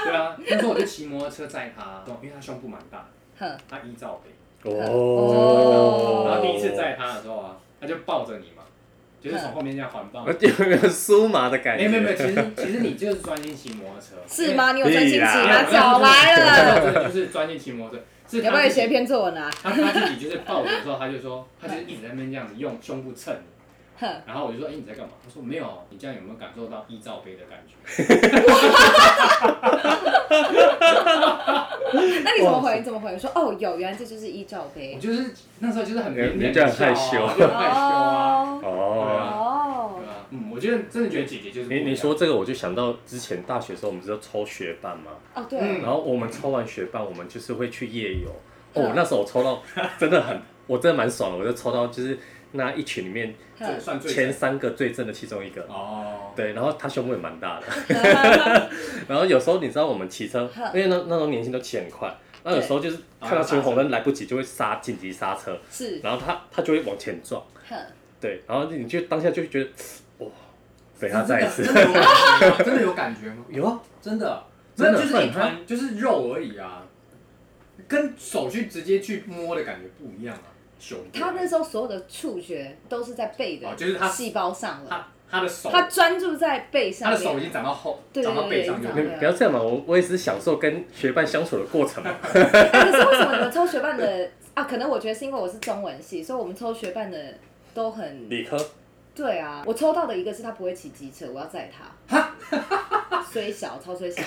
Speaker 2: 对啊，那时候我就骑摩托车载他，因为他胸部蛮大，
Speaker 1: 哼
Speaker 2: 他一罩杯，
Speaker 1: 哦
Speaker 2: 然后第一次载他的时候啊，他就抱着你嘛，就是从后面这样环抱。
Speaker 3: 我有没有酥麻的感
Speaker 2: 没
Speaker 3: 觉？
Speaker 2: 有没有没有，其实其实你就是专心骑摩托车，
Speaker 1: 是？吗？你有专心骑
Speaker 2: 对
Speaker 1: 吗
Speaker 2: 啊？
Speaker 1: 脚来了。，
Speaker 2: 我那时候真的就是专心骑摩托车，是
Speaker 1: 要不
Speaker 2: 他
Speaker 1: 要
Speaker 2: 自
Speaker 1: 写一
Speaker 2: 己
Speaker 1: 篇作文 啊？
Speaker 2: 他他自己就是抱我的时候，他就说，他就是一直在那边这样子用胸部蹭你。
Speaker 1: 哼，
Speaker 2: 然后我就说：“哎、你在干嘛？”他说：“没有，你这样有没有感受到一罩杯的感觉
Speaker 1: 那你怎么回？你怎么回？我说哦，有，原来这就是依照？”
Speaker 2: 我
Speaker 1: 杯。
Speaker 2: 就是那时候就是很腼腆
Speaker 3: 哎你
Speaker 2: 的
Speaker 3: 这
Speaker 2: 笑啊，
Speaker 3: 样害羞
Speaker 2: 我就很害羞啊，对啊。
Speaker 3: 哦
Speaker 1: 哦
Speaker 2: 对，啊，嗯，我觉得真的觉得姐姐就是不一
Speaker 3: 你
Speaker 2: 样
Speaker 3: 你说这个，我就想到之前大学的时候，我们不是要抽学伴吗？
Speaker 1: 哦，对，
Speaker 2: 嗯
Speaker 3: 然后我们抽完学伴，我们就是会去夜游。
Speaker 1: 嗯
Speaker 2: 啊
Speaker 3: 哦，那时候我抽到真的很我真的蛮爽的，我就抽到就是那一群里面
Speaker 2: 这个算最
Speaker 3: 前三个最正的其中一个。
Speaker 2: 哦，
Speaker 3: 对，然后他胸部也蛮大的， 然后有时候你知道我们骑车，因为那那时候年轻都骑很快，那有时候就是看
Speaker 2: 啊
Speaker 3: 到前红灯来不及就会刹紧急刹车，
Speaker 1: 是，
Speaker 3: 然后他他就会往前撞，
Speaker 1: 哼，
Speaker 3: 对，然后你就当下就会觉得， 哇，等他再一次，
Speaker 2: 真的有感觉吗？真的 有感觉吗？
Speaker 3: 有啊，
Speaker 2: 真的，
Speaker 3: 真的
Speaker 2: 那就是
Speaker 3: 会
Speaker 2: 一团就是肉而已啊，跟手去直接去摸的感觉不一样啊。熊的
Speaker 1: 他那时候所有的触觉都是在背
Speaker 2: 哦
Speaker 1: 的，
Speaker 2: 就是他
Speaker 1: 细胞上了，
Speaker 2: 他他的手，
Speaker 1: 他专注在背上
Speaker 2: 他的
Speaker 1: 面，
Speaker 2: 手已经长到后，
Speaker 1: 对对
Speaker 2: 长到背
Speaker 1: 对
Speaker 2: 上就
Speaker 1: 对
Speaker 3: 你
Speaker 1: 对
Speaker 3: 不要这样嘛，我我也是享受跟学伴相处的过 程嘛，
Speaker 1: 哎可是为什么你们抽学伴的啊？可能我觉得是因为我是中文系，所以我们抽学伴的都很
Speaker 3: 理科
Speaker 1: 对啊。我抽到的一个是他不会骑机车，我要载他，虽小超 虽小，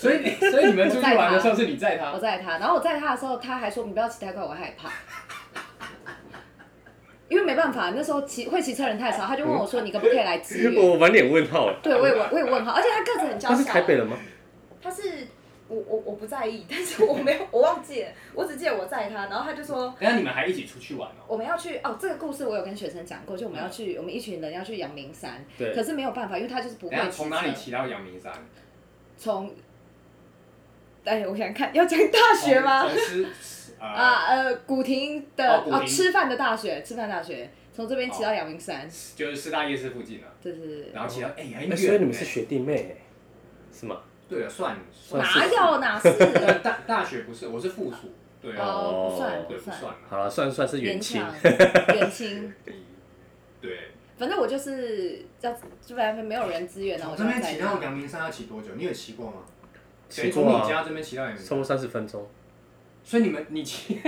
Speaker 2: 所以你所以你们出去玩的时候是你载
Speaker 1: 我
Speaker 2: 他，
Speaker 1: 载他。然后我载他的时候，他还说你不要骑太快，我会害怕。因为没办法，那时候骑会骑车人太少，他就问我说：“你可不可以来支 援
Speaker 3: 我满脸问号哎，？”
Speaker 1: 对，我也问我也问号，而且他个子很娇
Speaker 3: 他
Speaker 1: 小。
Speaker 3: 是台北人吗？
Speaker 4: 他是我我我不在意，但是我没有我忘记了，我只记得我载他，然后他就说
Speaker 2: 等一下你们还一起出去玩哦。
Speaker 1: 我们要去哦，这个故事我有跟学生讲过，就我们要去，我们一群人要去阳明山，
Speaker 3: 对
Speaker 1: 可是没有办法，因为他就是不
Speaker 2: 等
Speaker 1: 会
Speaker 2: 一下
Speaker 1: 骑
Speaker 2: 从哪里
Speaker 1: 车
Speaker 2: 骑到阳明山？
Speaker 1: 从，哎，我想看，要讲大学吗？
Speaker 2: 从哦从 师啊，
Speaker 1: 啊呃，古亭的
Speaker 2: 哦古
Speaker 1: 哦，
Speaker 2: 亭
Speaker 1: 吃饭的大学，吃饭大学，从这边骑
Speaker 2: 哦
Speaker 1: 到阳明山，
Speaker 2: 就是师大夜市附近啊，
Speaker 1: 对对对
Speaker 2: 然后骑到哎很
Speaker 3: 哎
Speaker 2: 远。
Speaker 3: 所以你们是？学弟妹哎，是吗？
Speaker 2: 对了，算
Speaker 1: 对，
Speaker 2: 算
Speaker 3: 是
Speaker 1: 哪有哪是？
Speaker 2: 呃大大学不是，我是附属，对啊，
Speaker 1: 哦，不
Speaker 3: 哦
Speaker 1: 算
Speaker 2: 对不
Speaker 1: 算，嗯
Speaker 2: 算啊，
Speaker 3: 好了，算算是远
Speaker 1: 勉
Speaker 3: 亲，
Speaker 1: 强远亲，
Speaker 2: 对。
Speaker 1: 反正我就是要，就反正没有人支援，然后
Speaker 2: 我
Speaker 1: 我就
Speaker 2: 这
Speaker 1: 要
Speaker 2: 边
Speaker 1: 载
Speaker 2: 骑到
Speaker 1: 他。
Speaker 2: 阳明山要骑多久？你有骑过吗？
Speaker 3: 骑
Speaker 2: 从
Speaker 3: 过
Speaker 2: 你
Speaker 3: 啊，
Speaker 2: 家这边骑到阳明
Speaker 3: 超
Speaker 2: 山
Speaker 3: 过，三十分钟，
Speaker 2: 所以你们你骑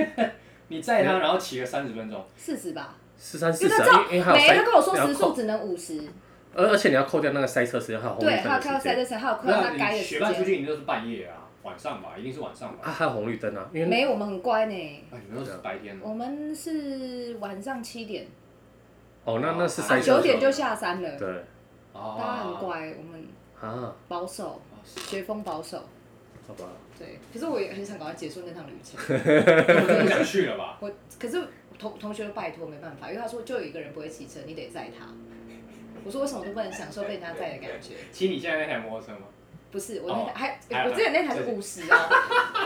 Speaker 2: 你载他，然后骑了三十分钟，
Speaker 1: 四十吧，
Speaker 3: 四三四
Speaker 1: 因为
Speaker 3: 十
Speaker 1: 他
Speaker 3: 啊，因为因
Speaker 1: 没
Speaker 3: 为还有塞，
Speaker 1: 他跟我说
Speaker 3: 你要
Speaker 1: 时
Speaker 3: 扣
Speaker 1: 速只能五十，
Speaker 3: 而而且你要扣掉那个塞车时间，还有红绿
Speaker 1: 对，
Speaker 3: 灯
Speaker 1: 还有
Speaker 3: 的
Speaker 1: 开到
Speaker 3: 时
Speaker 1: 赛
Speaker 3: 间
Speaker 1: 车场，还有扣到
Speaker 2: 那
Speaker 1: 他改
Speaker 2: 你
Speaker 1: 的时
Speaker 2: 学伴出
Speaker 1: 间。
Speaker 2: 去，你都是半夜啊，晚上吧，一定是晚上吧？
Speaker 3: 啊，还有红绿灯啊，因为
Speaker 1: 没有，我们很乖呢。
Speaker 2: 啊，你们都是白天
Speaker 1: 我
Speaker 2: 哦。
Speaker 1: 们是晚上七点，
Speaker 3: 哦，那那是
Speaker 2: 啊
Speaker 3: 塞车
Speaker 1: 九
Speaker 3: 的时候
Speaker 1: 点就下山了，
Speaker 3: 对
Speaker 1: 大
Speaker 2: 哦
Speaker 1: 家很。乖，我们
Speaker 3: 啊，
Speaker 1: 保守，
Speaker 2: 哦是
Speaker 1: 学风保守。
Speaker 3: 好吧，
Speaker 1: 对，可是我也很想赶快结束那趟旅程。
Speaker 2: 啊你们都不想去了吧？
Speaker 1: 我可是同同学都拜托没办法，因为他说就有一个人不会骑车，你得载他。我说为什么都不能享受被人家载的感觉？
Speaker 2: 骑你现在那台摩托车吗？
Speaker 1: 不是，我那台、
Speaker 2: 哦
Speaker 1: 还、
Speaker 2: 还有
Speaker 1: 我之前那台是
Speaker 2: 这
Speaker 1: 五十啊，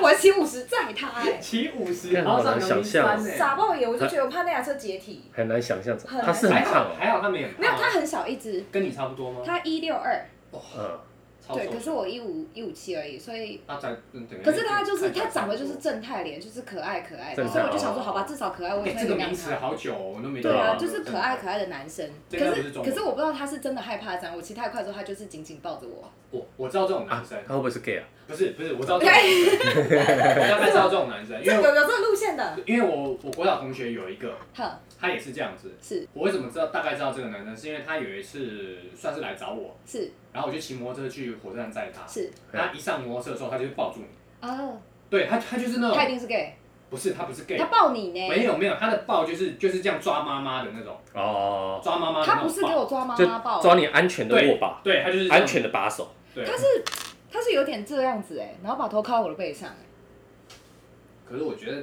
Speaker 1: 我骑五十载他哎、
Speaker 2: 骑五十，
Speaker 3: 干
Speaker 2: 然后上
Speaker 3: 好难
Speaker 2: 阳明山呢。
Speaker 4: 傻爆眼，我就觉得我怕那台车解体，
Speaker 3: 很难想象，
Speaker 4: 很难
Speaker 3: 他是很
Speaker 2: 还
Speaker 3: 胖
Speaker 2: 好
Speaker 3: 哦，
Speaker 2: 还好他没有，啊
Speaker 1: 没有，他很小一只，
Speaker 2: 跟你差不多吗？
Speaker 1: 他一六二，
Speaker 3: 嗯，
Speaker 2: 超
Speaker 1: 对，
Speaker 2: 瘦
Speaker 1: 可是我一五一五七而已，所以
Speaker 2: 他长，嗯等于
Speaker 1: 可是他就是
Speaker 2: 看起来
Speaker 1: 他长得
Speaker 2: 差
Speaker 1: 就
Speaker 2: 不
Speaker 1: 是
Speaker 2: 多
Speaker 1: 正太脸，就是可爱可爱的，
Speaker 3: 正太
Speaker 1: 所以我就想说，
Speaker 2: 哦
Speaker 1: 好吧，至少可爱我
Speaker 2: 哎
Speaker 1: 也
Speaker 2: 这
Speaker 1: 会
Speaker 2: 个
Speaker 1: 原
Speaker 2: 名
Speaker 1: 谅
Speaker 2: 词
Speaker 1: 他。
Speaker 2: 好久、哦，我都没
Speaker 1: 对啊，就
Speaker 2: 听过
Speaker 1: 是可爱可。爱的男生。可
Speaker 2: 这应该不是中文
Speaker 1: 可是我不知道他是真的害怕这样，我骑太快之后，他就是紧紧抱着我。
Speaker 2: 我我知道这种
Speaker 3: 啊
Speaker 2: 男生，，
Speaker 3: 他会不会是 gay 啊？
Speaker 2: 不是不是，我知道这种男生，我大概知道这种男生，
Speaker 4: 这
Speaker 2: 因
Speaker 4: 有
Speaker 2: 为
Speaker 4: 有这个路线的，
Speaker 2: 因为我我国小同学有一个，
Speaker 1: 哼，
Speaker 2: 他也是这样子。
Speaker 1: 是
Speaker 2: 我为什么知道大概知道这个男生，是因为他有一次算是来找我，
Speaker 1: 是
Speaker 2: 然后我就骑摩托车去火车站载他，
Speaker 1: 是
Speaker 2: 他一上摩托车的时候，他就会抱住你，
Speaker 1: 啊，
Speaker 2: 对他他就是那
Speaker 1: 他一
Speaker 2: 种
Speaker 1: 定是 gay，
Speaker 2: 不是他不是 gay，
Speaker 1: 他抱你呢，
Speaker 2: 没有没有，他的抱就是就是这样抓妈妈的那种，
Speaker 3: 哦，
Speaker 2: 抓妈妈的那
Speaker 1: 他
Speaker 2: 种
Speaker 1: 不是给
Speaker 2: 抱
Speaker 1: 我抓妈
Speaker 3: 就
Speaker 1: 妈抱，啊
Speaker 3: 抓你安全的握
Speaker 2: 对
Speaker 3: 把，
Speaker 2: 对，他就是这样
Speaker 3: 安全的把手，
Speaker 2: 对
Speaker 1: 他。是他是有点这样子哎，然后把头靠我的背上哎，
Speaker 2: 可是我觉得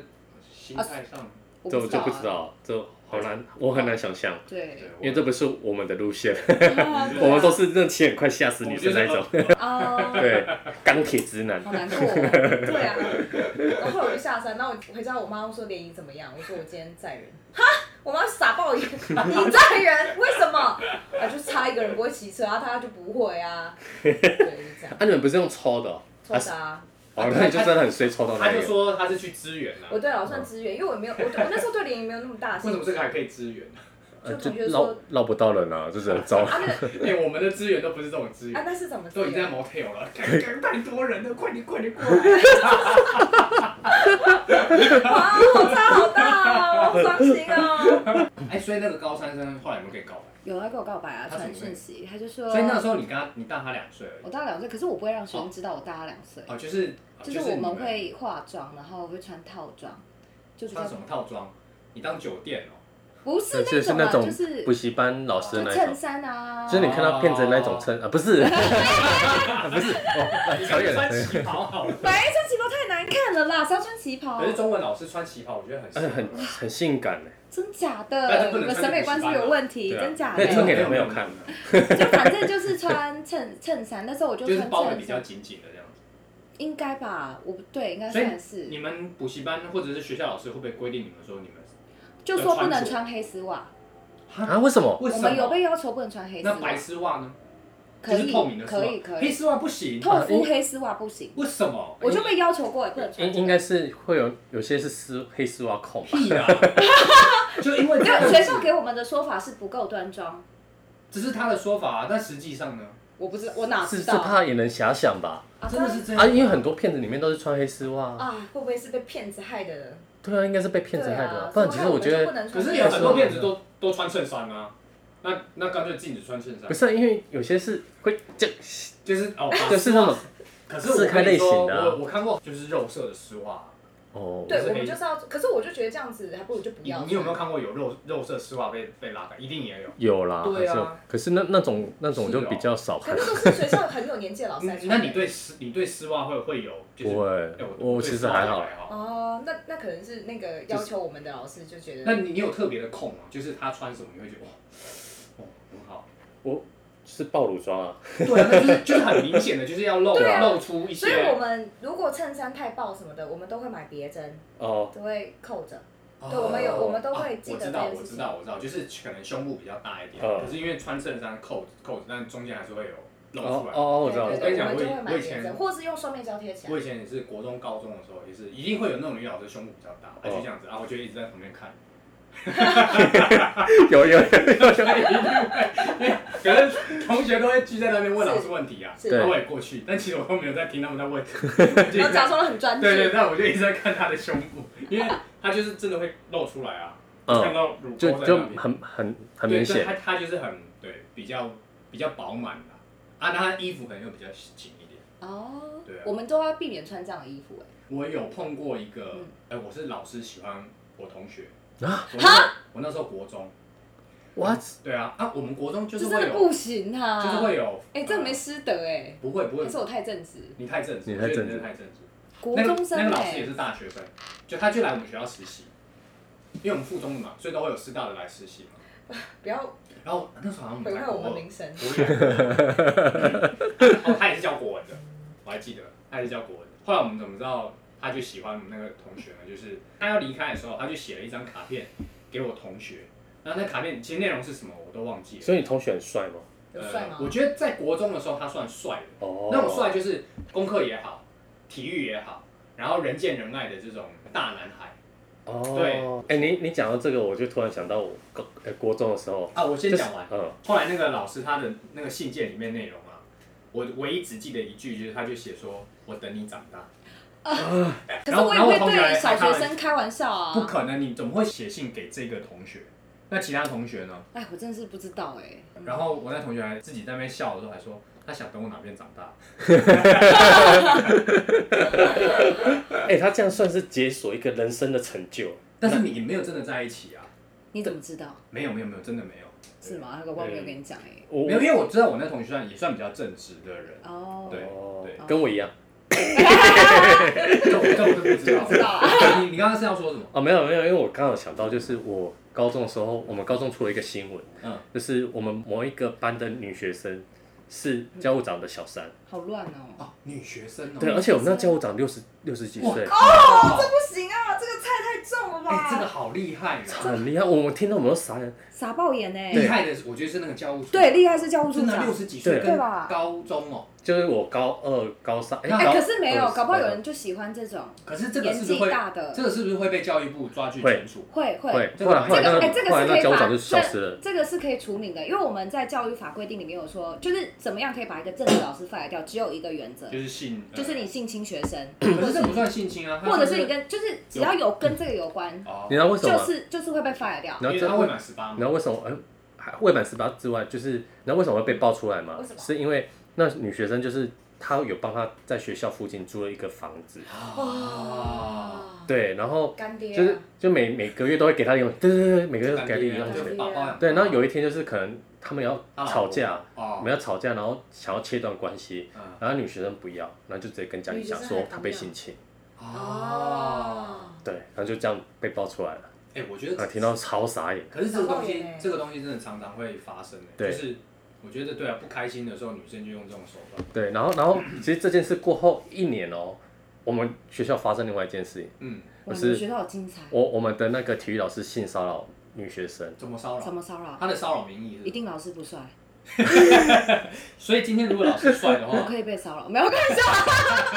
Speaker 2: 心态上，
Speaker 1: 我
Speaker 3: 这
Speaker 1: 不知
Speaker 3: 我就
Speaker 1: 道
Speaker 3: 不知
Speaker 1: 啊，
Speaker 3: 道，这好难，我很难想象，
Speaker 2: 对
Speaker 1: 对，
Speaker 2: 我
Speaker 3: 因为这不是我们的路线，
Speaker 1: 我
Speaker 3: 我 们都是那种骑很快吓死女生那
Speaker 2: 我
Speaker 3: 种，
Speaker 1: 啊，
Speaker 3: 对，钢铁直男，
Speaker 1: 好难过哦，
Speaker 4: 对啊，然后我就下山，然后我回家，我妈说联谊怎么样？我说我今天载人，哈，我妈傻爆眼，你载人为什么？啊，就差一个人不会骑车啊，他就不会啊，对，就是这样，
Speaker 3: 啊，你们不是用抽的哦，
Speaker 4: 错的啊。
Speaker 3: 哦，那你就真的很衰，抽到
Speaker 2: 哦他
Speaker 3: 那
Speaker 2: 就
Speaker 3: 个，
Speaker 2: 说他是去支援啦、
Speaker 4: 我对老算支援，因为我没有我我那时候对联谊没有那么大
Speaker 2: 为
Speaker 4: 兴
Speaker 2: 什么这
Speaker 4: 趣。
Speaker 2: 个还可以支援？
Speaker 3: 呃
Speaker 4: 就
Speaker 3: 就
Speaker 4: 同学
Speaker 3: 捞
Speaker 4: 说
Speaker 3: 捞不到人啊，就是 很糟。
Speaker 4: 啊那个
Speaker 2: 哎、我们的资源都不是这种资
Speaker 4: 啊
Speaker 2: 源，
Speaker 4: 那是怎么支
Speaker 2: 都已经
Speaker 4: 援？
Speaker 2: 在 motel 了，感觉太多人了，快点快点过来！
Speaker 4: 哇，我差好大哦，好伤心哦。
Speaker 2: 哎、所以那个高三生后来有没有跟你告白？
Speaker 1: 有他跟我告白啊，
Speaker 2: 他怎
Speaker 1: 传
Speaker 2: 么
Speaker 1: 讯息，他就说，
Speaker 2: 所以那时候你跟他，你大他两岁而已。
Speaker 1: 我大两岁，可是我不会让学生知道我大他两岁，
Speaker 2: 哦，就是
Speaker 1: 就是
Speaker 2: 你
Speaker 1: 我们会化妆，然后会穿套装，就比较
Speaker 2: 穿什么套装？你当酒店哦、
Speaker 1: 不是
Speaker 3: 就
Speaker 1: 那
Speaker 3: 是
Speaker 1: 种
Speaker 3: 那
Speaker 1: 啊，
Speaker 3: 种
Speaker 1: 就是
Speaker 3: 补习班老师的
Speaker 1: 就
Speaker 3: 那一
Speaker 1: 衬
Speaker 3: 种，
Speaker 1: 衫啊，
Speaker 3: 就是你看
Speaker 2: 哦
Speaker 3: 到变成那种衬啊，不是，啊不是，哦，
Speaker 2: 你
Speaker 3: 扯
Speaker 2: 看
Speaker 3: 远
Speaker 2: 穿
Speaker 3: 了，
Speaker 2: 旗袍好了，
Speaker 1: 白穿旗袍太难看了啦，谁要穿旗袍
Speaker 2: 可？是中文老师穿旗袍，我觉得很
Speaker 3: 而且
Speaker 2: 适合
Speaker 3: 呃很很性感欸呢。
Speaker 1: 真假
Speaker 2: 但
Speaker 1: 的，
Speaker 2: 哎是不
Speaker 1: 你
Speaker 2: 能
Speaker 1: 们
Speaker 2: 穿
Speaker 1: 审美观是不是有问题，
Speaker 3: 对啊
Speaker 1: 真假
Speaker 3: 可以穿
Speaker 1: 的。
Speaker 3: 给男朋友看，
Speaker 1: 就反正就是穿衬 衬衫，那时候我就
Speaker 2: 就是
Speaker 1: 穿
Speaker 2: 包的比
Speaker 1: 衬
Speaker 2: 较
Speaker 1: 衫，
Speaker 2: 紧紧的这样子。
Speaker 1: 应该吧？我不对，应该
Speaker 2: 所以
Speaker 1: 算是。
Speaker 2: 你们补习班或者是学校老师会不会规定你们说你们
Speaker 1: 就说不能穿黑丝袜，
Speaker 3: 啊？为什么？
Speaker 1: 我
Speaker 2: 为什
Speaker 1: 们有
Speaker 2: 么？
Speaker 1: 被要求不能穿黑丝
Speaker 2: 那白
Speaker 1: 袜，
Speaker 2: 丝袜呢？
Speaker 1: 可
Speaker 2: 就是
Speaker 1: 以
Speaker 2: 透明的丝袜
Speaker 1: 可以可
Speaker 2: 黑
Speaker 1: 以，
Speaker 2: 丝袜不哎行。
Speaker 1: 透肤黑丝袜不行，
Speaker 2: 为什么？
Speaker 1: 我就被要求过也不能穿
Speaker 3: 啊应
Speaker 1: 这
Speaker 3: 应
Speaker 1: 个。
Speaker 3: 该是会有有些是丝黑丝袜控吧？
Speaker 2: 屁啦！ 就 因为
Speaker 1: 没
Speaker 2: 这样
Speaker 1: 有
Speaker 2: 子
Speaker 1: 学校给我们的说法是不够端庄，
Speaker 2: 只是他的说法、啊，但实际上呢，
Speaker 1: 我不知我哪
Speaker 3: 是
Speaker 1: 知
Speaker 3: 是
Speaker 1: 道啊？
Speaker 3: 怕引人遐想吧？
Speaker 2: 真的是这样
Speaker 3: 啊，因为很多骗子里面都是穿黑丝袜啊，
Speaker 1: 哦
Speaker 4: 啊，会不会是被骗子害的人？
Speaker 3: 对啊，应该是被骗子害
Speaker 1: 对
Speaker 3: 的
Speaker 1: 啊
Speaker 3: 啊，不然其实我觉
Speaker 1: 所以们就
Speaker 3: 得
Speaker 1: 不能
Speaker 2: 可
Speaker 1: 穿
Speaker 2: 是
Speaker 1: 黑丝
Speaker 2: 有很多骗子都都穿衬衫啊，那那干脆禁止穿衬衫
Speaker 3: 不，是啊，因为有些是会就
Speaker 2: 就是哦，把
Speaker 3: 就是那种
Speaker 2: 可是我
Speaker 3: 撕开
Speaker 2: 跟你说
Speaker 3: 类型的啊
Speaker 2: 我我看过就是肉色的丝袜啊，
Speaker 3: 哦，
Speaker 4: 对，
Speaker 2: 是
Speaker 4: 我们
Speaker 2: 黑
Speaker 4: 就是要，可是我就觉得这样子还不如就不
Speaker 2: 你
Speaker 4: 要。
Speaker 2: 你有没有看过有肉肉色丝袜被被拉开？一定也有。
Speaker 3: 有啦，
Speaker 2: 对啊
Speaker 3: 还是有可是那那种那种就是
Speaker 2: 哦
Speaker 3: 比较少看
Speaker 4: 可，是都是学校很有年纪的老师在
Speaker 2: 嗯
Speaker 4: 穿。
Speaker 2: 那你对丝你对丝袜会会有就是？
Speaker 3: 不会
Speaker 2: 哎对
Speaker 3: 我其实
Speaker 2: 丝袜
Speaker 3: 还好
Speaker 2: 还好。
Speaker 4: 哦，那那可能是那个要求我们的老师就觉
Speaker 2: 那
Speaker 4: 得，
Speaker 2: 你你有特别的控吗？就是他穿什么你会觉得哇，哦很好。
Speaker 3: 是暴乳装啊，
Speaker 2: 对啊，那就是就是很明显的，就是要露
Speaker 3: 对啊
Speaker 2: 露出一
Speaker 4: 所以我
Speaker 2: 些。
Speaker 4: 们如果衬衫太爆什么的，我们都会买别针，
Speaker 3: 哦，
Speaker 4: 都会扣着。
Speaker 2: 哦
Speaker 4: 对我们有我们都会
Speaker 2: 啊
Speaker 4: 记得
Speaker 2: 我知道，
Speaker 4: 这件
Speaker 2: 我
Speaker 4: 事
Speaker 2: 知
Speaker 4: 情
Speaker 2: 道，我知道，就是可能胸部比较大一点，
Speaker 3: 嗯
Speaker 2: 可是因为穿衬衫扣子扣子，但中间还是会有露出
Speaker 3: 哦
Speaker 2: 来。
Speaker 3: 哦，我
Speaker 4: 对
Speaker 3: 知道，我
Speaker 4: 对
Speaker 3: 知
Speaker 2: 跟
Speaker 3: 道
Speaker 2: 你
Speaker 4: 对，我们就会
Speaker 2: 讲我
Speaker 4: 买
Speaker 2: 以前
Speaker 4: 别针，或是用双面胶贴起
Speaker 2: 我
Speaker 4: 来
Speaker 2: 以。前也是国中、高中的时候，也是一定会有那种女老师胸部比较大，
Speaker 3: 哦
Speaker 2: 她就这样子，然后我就一直在旁边看。
Speaker 3: 有有 有，
Speaker 2: 可能同学都会聚在那边问老师问题啊，
Speaker 4: 是
Speaker 3: 对
Speaker 2: 然后我也过去，但其实我都没有在听他们在问， 我就一
Speaker 4: 然
Speaker 2: 直
Speaker 4: 后
Speaker 2: 在
Speaker 4: 假装很专注
Speaker 2: 对，对，但我就一直在看她的胸部，因为她就是真的会露出来啊，看
Speaker 3: 嗯，
Speaker 2: 到乳沟在
Speaker 3: 就
Speaker 2: 那
Speaker 3: 就
Speaker 2: 边。
Speaker 3: 很很很
Speaker 2: 对，
Speaker 3: 明
Speaker 2: 对，
Speaker 3: 显，
Speaker 2: 它它就是很对，比较比较饱满的啊，那它衣服可能又比较紧一点。
Speaker 1: 哦
Speaker 2: 对啊，
Speaker 1: 我们都要避免穿这样的衣服哎。
Speaker 2: 我有碰过一个，
Speaker 1: 嗯
Speaker 2: 哎、我是老师喜欢我同学啊，我那时候我那时候国中，
Speaker 3: 哇，
Speaker 2: 对啊啊，我们国中就
Speaker 1: 这
Speaker 2: 是
Speaker 1: 真
Speaker 2: 会
Speaker 1: 的
Speaker 2: 有，
Speaker 1: 不行啊！
Speaker 2: 就是会有，呃
Speaker 1: 哎，这没师德哎，
Speaker 2: 不会不会
Speaker 1: 还，是我太正直，
Speaker 2: 你太正直，
Speaker 3: 你
Speaker 2: 我觉得你
Speaker 3: 太
Speaker 2: 真
Speaker 3: 正直
Speaker 2: 的太正直。
Speaker 1: 国
Speaker 2: 那个
Speaker 1: 中生
Speaker 2: 那个老师也
Speaker 1: 哎，
Speaker 2: 是大学生，就他就来我们学校实习，因为我们附中的嘛，所以都会有师大的来实习嘛。
Speaker 4: 不要
Speaker 2: 然后那时候好像我
Speaker 4: 毁
Speaker 2: 们
Speaker 4: 坏
Speaker 2: 在国
Speaker 4: 我们
Speaker 2: 二，
Speaker 4: 名声。
Speaker 2: 哦，他也是教国文的，我还记得，他也是教国文的。后来我们怎么知道他就喜欢我们那个同学呢？就是他要离开的时候，他就写了一张卡片给我同学，然后那卡片其实内容是什么我都忘记了。
Speaker 3: 所以你同学很帅吗？
Speaker 4: 有帅吗
Speaker 2: 呃？我觉得在国中的时候他算帅的，
Speaker 3: 哦，
Speaker 2: 那种帅就是功课也好，体育也好，然后人见人爱的这种大男孩
Speaker 3: 哦，哎，你你讲到这个，我就突然想到我高呃国中的时候，
Speaker 2: 啊。我先
Speaker 3: 就是
Speaker 2: 讲完，
Speaker 3: 嗯，
Speaker 2: 后来那个老师他的那个信件里面内容啊，我唯一只记得一句，就是他就写说我等你长大。
Speaker 1: 呃
Speaker 2: 呃
Speaker 1: 可是
Speaker 2: 然后
Speaker 1: 我也
Speaker 2: 然后
Speaker 1: 会
Speaker 2: 我同学还
Speaker 1: 对小
Speaker 2: 还开
Speaker 1: 学
Speaker 2: 玩
Speaker 1: 生开玩笑
Speaker 2: 不
Speaker 1: 啊。
Speaker 2: 可能，你怎么会写信给这个同学？那其他同学呢？
Speaker 1: 哎，我真的是不知道哎。
Speaker 2: 然后我那同学还自己在那边笑的时候还说，他想等我哪边长大。
Speaker 3: 哎，他这样算是解锁一个人生的成就，
Speaker 2: 但是你没有真的在一起啊？
Speaker 1: 你怎么知道？
Speaker 2: 没有没有没有，真的没有。
Speaker 1: 是吗？他搞不好没有跟你讲哎。
Speaker 3: 我
Speaker 2: 没有，因为我知道我那同学算也算比较正直 的人，
Speaker 1: 哦，
Speaker 2: 对
Speaker 3: 哦
Speaker 2: 对，
Speaker 3: 跟我一样，
Speaker 2: 这我这我就不知道
Speaker 1: 不知
Speaker 2: 了。
Speaker 1: 道啊。
Speaker 2: 你你刚刚是要说什么？
Speaker 3: 哦，没有没有，因为我刚好想到，就是我高中的时候，我们高中出了一个新闻，
Speaker 2: 嗯，
Speaker 3: 就是我们某一个班的女学生是教务长的小三，
Speaker 1: 好乱哦。
Speaker 2: 哦，女学生哦，
Speaker 3: 对，而且我们那教务长六十六十几岁，
Speaker 2: 哦，
Speaker 4: 不行啊，这个菜太重了
Speaker 2: 哎，这个好厉害啊！
Speaker 3: 很厉害，我我听到我们都傻眼，
Speaker 1: 傻爆眼哎。
Speaker 2: 厉害的是，我觉得是那个教务处，
Speaker 1: 对，，厉害是教务处
Speaker 2: 真的
Speaker 1: 长
Speaker 2: 六。十几岁
Speaker 3: 对
Speaker 2: 跟
Speaker 1: 对吧
Speaker 2: 高中哦。
Speaker 3: 就是我高二高三，哎、
Speaker 2: 那
Speaker 1: 哎，
Speaker 3: 高
Speaker 1: 可是没有，
Speaker 3: 二
Speaker 1: 搞不好有人就喜欢这种
Speaker 2: 可是呃这个
Speaker 1: 年
Speaker 2: 是不是
Speaker 1: 纪
Speaker 2: 会，
Speaker 1: 大的
Speaker 2: 这。个是不是会被教育部抓去
Speaker 3: 会
Speaker 2: 惩处？
Speaker 1: 会会
Speaker 3: 会，
Speaker 2: 这个
Speaker 3: 后来后来
Speaker 1: 这
Speaker 3: 那
Speaker 1: 个
Speaker 3: 个
Speaker 1: 哎，这个
Speaker 3: 后来
Speaker 1: 是可
Speaker 3: 那
Speaker 1: 以
Speaker 3: 教务
Speaker 1: 把
Speaker 3: 长就消失了
Speaker 1: 这，这个是可以处理的，因为我们在教育法规定里面有说，就是怎么样可以把一个政治老师 fire 掉，只有一个原则，
Speaker 2: 就是性，呃
Speaker 1: 就是你性侵学生，
Speaker 2: 可是这不算性侵啊，他
Speaker 1: 或者是你跟就是只要有跟这个有关，
Speaker 2: 哦
Speaker 3: 你知，道为什么
Speaker 1: 就
Speaker 3: 吗？
Speaker 1: 是就是会被 fire 掉。
Speaker 3: 然
Speaker 2: 因为他
Speaker 3: 后这
Speaker 2: 未满十八
Speaker 3: 你
Speaker 2: 嘛
Speaker 3: 知，道为什么？哎、还未满十八之外，就是你知道为什么会被爆出来吗
Speaker 4: 为什？么
Speaker 3: 是因为那女学生就是他有帮他在学校附近租了一个房子，
Speaker 2: 哦，
Speaker 4: 啊，
Speaker 3: 对，然后
Speaker 4: 干爹啊
Speaker 3: 就是就每每个月都会给他零用，对对对，每个月都
Speaker 2: 感
Speaker 3: 给他
Speaker 2: 觉
Speaker 3: 零用
Speaker 2: 就
Speaker 3: 钱
Speaker 2: 是。把包养。
Speaker 3: 对，然后有一天就是可能他们要
Speaker 2: 他老婆
Speaker 3: 吵架，我
Speaker 2: 哦，
Speaker 3: 们要吵架，然后想要切断关系，
Speaker 2: 嗯，
Speaker 3: 然后女学生不要，然后就直接跟家里讲
Speaker 4: 女学生
Speaker 3: 说
Speaker 4: 还
Speaker 3: 她被性侵，
Speaker 2: 哦，
Speaker 3: 对，然后就这样被爆出来了，
Speaker 2: 哎，我觉
Speaker 3: 啊，
Speaker 2: 得，
Speaker 3: 听到超傻眼，
Speaker 2: 可是这个东西
Speaker 4: 很抱怨，欸
Speaker 2: 这个东西真的常常会发生的，
Speaker 3: 对
Speaker 2: 就是我觉得对啊，不开心的时候女生就用这种手段，
Speaker 3: 对，然后然后其实这件事过后一年哦、我们学校发生另外一件事情，
Speaker 2: 嗯，
Speaker 1: 我
Speaker 3: 我
Speaker 1: 们
Speaker 3: 是
Speaker 1: 学校好精彩，
Speaker 3: 我我们的那个体育老师性骚扰女学生，
Speaker 2: 怎么骚
Speaker 1: 什
Speaker 2: 扰？
Speaker 1: 么骚扰？啊
Speaker 2: 他的骚扰名义是什么
Speaker 1: 一定老师不帅，
Speaker 2: 所以今天如果老师帅的
Speaker 1: 我
Speaker 2: 话，
Speaker 1: 可以被骚扰，没有开玩笑，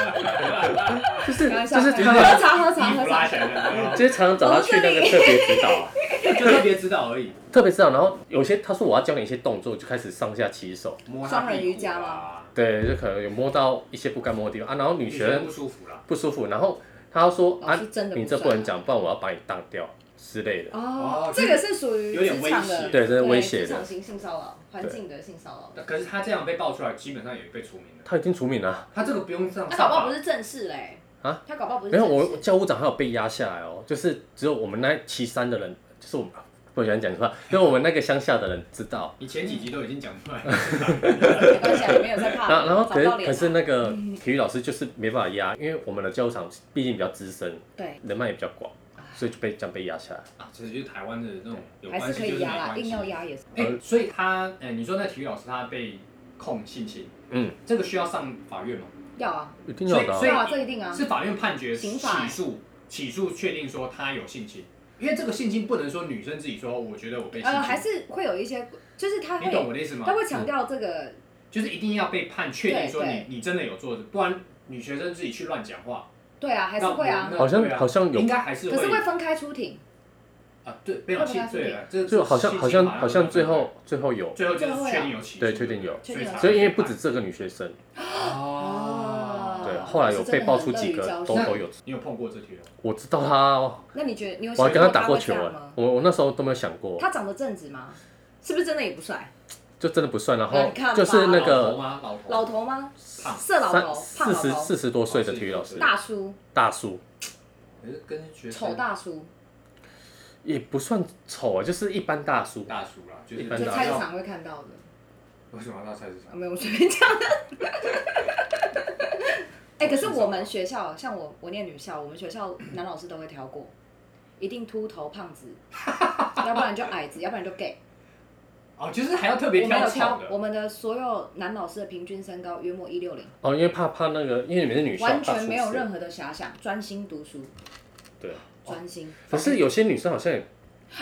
Speaker 3: 就是
Speaker 1: 开玩笑，
Speaker 3: 就是
Speaker 1: 开
Speaker 3: 体育
Speaker 1: 玩
Speaker 3: 老
Speaker 1: 笑
Speaker 3: 师
Speaker 1: 喝茶喝茶
Speaker 2: 衣
Speaker 1: 喝
Speaker 2: 服拉
Speaker 1: 茶，
Speaker 2: 起来
Speaker 1: 哦
Speaker 2: 的，
Speaker 3: 就是常常找他去那个特别指导啊、
Speaker 2: 就特别知道而已。
Speaker 3: 特别是这啊样，然后有些他说我要教你一些动作，就开始上下其手，
Speaker 2: 摸他
Speaker 1: 双人
Speaker 2: 屁
Speaker 1: 瑜
Speaker 2: 股
Speaker 1: 伽
Speaker 2: 啊
Speaker 1: 吗，
Speaker 3: 对，就可能有摸到一些不该摸的地方啊，然后女
Speaker 2: 女
Speaker 3: 学
Speaker 2: 生
Speaker 3: 生
Speaker 2: 不舒服啦。
Speaker 3: 不舒服，然后他说
Speaker 1: 老
Speaker 3: 啊
Speaker 1: 师真的，
Speaker 3: 你这
Speaker 1: 不
Speaker 3: 不
Speaker 1: 帅
Speaker 3: 能讲，不然我要把你当掉之类的，
Speaker 1: 哦
Speaker 2: 哦，
Speaker 1: 这个是属于
Speaker 2: 有点
Speaker 1: 职场
Speaker 2: 威胁
Speaker 1: 的，
Speaker 3: 对，这是威胁
Speaker 4: 职场
Speaker 3: 的，
Speaker 4: 型性骚扰，环境的性骚扰。
Speaker 2: 那可是他这样被爆出来，基本上也被除名了。
Speaker 3: 他已经除名了，
Speaker 2: 他这个不用上
Speaker 4: 他搞
Speaker 2: 上
Speaker 4: 不好
Speaker 2: 法
Speaker 4: 不，是正式嘞，
Speaker 3: 啊，
Speaker 4: 他搞不好不是
Speaker 3: 没
Speaker 4: 正
Speaker 3: 有
Speaker 4: 式。
Speaker 3: 我教务长还有被压下来哦，就是只有我们那七三的人，就是我们不喜欢讲实话，因为我们那个乡下的人知 道，
Speaker 2: 你前几集都已经讲出来了。
Speaker 1: 没关系啊，你没有在怕，
Speaker 3: 然 后然后
Speaker 1: 找
Speaker 3: 可
Speaker 1: 不
Speaker 3: 是
Speaker 1: 到脸啊
Speaker 3: 可是那个
Speaker 2: 嗯
Speaker 3: 体育老师就是没办法压，因为我们的教务长毕竟比较资深，
Speaker 1: 对，
Speaker 3: 人脉也比较广，所以就被这样被压下来。
Speaker 2: 啊，其实就是台湾的那种有
Speaker 1: 还
Speaker 2: 关
Speaker 1: 是
Speaker 2: 系
Speaker 1: 可
Speaker 2: 就是
Speaker 1: 以
Speaker 2: 啊没
Speaker 1: 压啦，
Speaker 2: 关
Speaker 1: 硬要
Speaker 2: 系。
Speaker 1: 压也是。
Speaker 2: 哎，所以他，哎，你说那体育老师他被控性侵，
Speaker 3: 嗯，
Speaker 2: 这个需要上法院吗？
Speaker 1: 要啊，
Speaker 3: 一定要的啊、
Speaker 2: 所以
Speaker 1: 要啊，这一定啊。
Speaker 2: 是法院判决起
Speaker 1: 刑法
Speaker 2: 诉，起诉确定说他有性侵，因为这个性侵不能说女生自己说，我觉得我被性侵，
Speaker 1: 呃，还是会有一些，就是他
Speaker 2: 你懂
Speaker 1: 会
Speaker 2: 我的意思吗
Speaker 1: 他？会强调这个，
Speaker 2: 就是一定要被判确定说你
Speaker 1: 对
Speaker 2: 你真的有做的，不然女学生自己去乱讲话，
Speaker 1: 对啊，还是会啊
Speaker 2: 那，
Speaker 3: 好像
Speaker 2: 对啊
Speaker 3: 好像有
Speaker 2: 应，该还是
Speaker 1: 可是
Speaker 2: 会
Speaker 1: 会分开出庭，
Speaker 2: 啊，对，被老性对了，这
Speaker 3: 就好像好像好像最后最后有，
Speaker 2: 最后就是确定有起诉，
Speaker 3: 对确定有
Speaker 1: 确定有
Speaker 2: 才
Speaker 3: 所以因为
Speaker 2: 会
Speaker 3: 不止这个女学生，
Speaker 2: 啊哦，
Speaker 3: 对，
Speaker 1: 哦
Speaker 3: 后来有被爆出几
Speaker 1: 是真的
Speaker 3: 个
Speaker 1: 很
Speaker 3: 都
Speaker 1: 乐于交
Speaker 2: 那
Speaker 1: 际
Speaker 3: 都有，
Speaker 2: 你有碰过这题了？
Speaker 3: 我知道她哦，
Speaker 1: 那你觉得你有
Speaker 3: 我
Speaker 1: 想
Speaker 3: 还跟她
Speaker 1: 过他
Speaker 3: 打过
Speaker 1: 会这
Speaker 3: 球
Speaker 1: 样
Speaker 3: 哎
Speaker 1: 吗，？
Speaker 3: 我我那时候都没有想过，
Speaker 1: 他长得正直吗？是不是真的也不帅？
Speaker 3: 就真的不算，然
Speaker 1: 那
Speaker 3: 后
Speaker 1: 嗯你看吧
Speaker 3: 就是那
Speaker 2: 老头
Speaker 3: 个
Speaker 2: 吗？老头
Speaker 1: 老头吗？
Speaker 2: 胖，
Speaker 1: 色老
Speaker 3: 三
Speaker 1: 头，胖
Speaker 3: 四
Speaker 1: 老
Speaker 3: 十
Speaker 1: 头，
Speaker 3: 四十多岁的体育老师
Speaker 1: 大叔，
Speaker 3: 大叔，
Speaker 2: 可是跟学
Speaker 1: 丑
Speaker 2: 生
Speaker 1: 大叔，
Speaker 3: 也不算丑啊，就是一般大叔，
Speaker 2: 大叔啦，就是
Speaker 3: 一般
Speaker 1: 就
Speaker 3: 大叔
Speaker 1: 菜市场会看到的。
Speaker 2: 为什么要到菜市
Speaker 1: 啊
Speaker 2: 场？
Speaker 1: 没有，我随便讲的。 哎、可是我们学校，像我，我念女校，我们学校男老师都会挑过，一定秃头、胖 子，要不然就矮子，要不然就 gay。
Speaker 2: 哦，就是还要特别
Speaker 1: 我们有
Speaker 2: 挑
Speaker 1: 挑
Speaker 2: 丑
Speaker 1: 我
Speaker 2: 的，
Speaker 1: 们的所有男老师的平均身高约莫一六零，
Speaker 3: 哦，因为怕怕那个，因为你们是女校，
Speaker 1: 完
Speaker 3: 大
Speaker 1: 全
Speaker 3: 叔
Speaker 1: 没有
Speaker 3: 是
Speaker 1: 任何的遐想，专心读书，
Speaker 3: 对，
Speaker 1: 专心。
Speaker 3: 哦可是有些女生好像也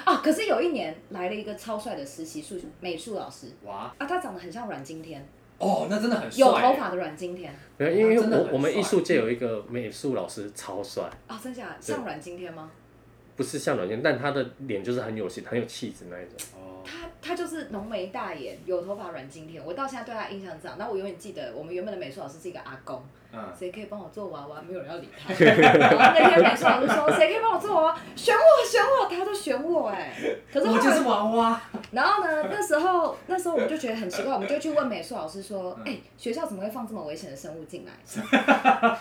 Speaker 1: 啊，可是有一年来了一个超帅的实习数美术老师
Speaker 2: 哇，
Speaker 1: 啊，他长得很像阮经天，
Speaker 2: 哦，那真的很帅，
Speaker 1: 有
Speaker 3: 欸
Speaker 1: 头发的阮经天
Speaker 3: 没有，因为
Speaker 2: 哇真的很
Speaker 3: 我我们
Speaker 2: 帅
Speaker 3: 艺术界有一个美术老师超帅，
Speaker 1: 啊，真假的像阮经天吗？
Speaker 3: 不是像软件，但他的脸就是很有型、很有气质那一种。
Speaker 2: 哦，
Speaker 1: 他他就是浓眉大眼，有头发，阮经天。我到现在对他印象是这样。那我永远记得，我们原本的美术老师是一个阿公，
Speaker 2: 嗯，
Speaker 1: 谁可以帮我做娃娃？没有人要理他。 然后那天美术老师说，谁可以帮我做娃娃？选我，选我，他就选我哎、可是后
Speaker 2: 我就是
Speaker 1: 来，
Speaker 2: 娃娃，
Speaker 1: 然后呢，那时候那时候我们就觉得很奇怪，我们就去问美术老师说，
Speaker 2: 嗯
Speaker 1: 哎、学校怎么会放这么危险的生物 进来？怎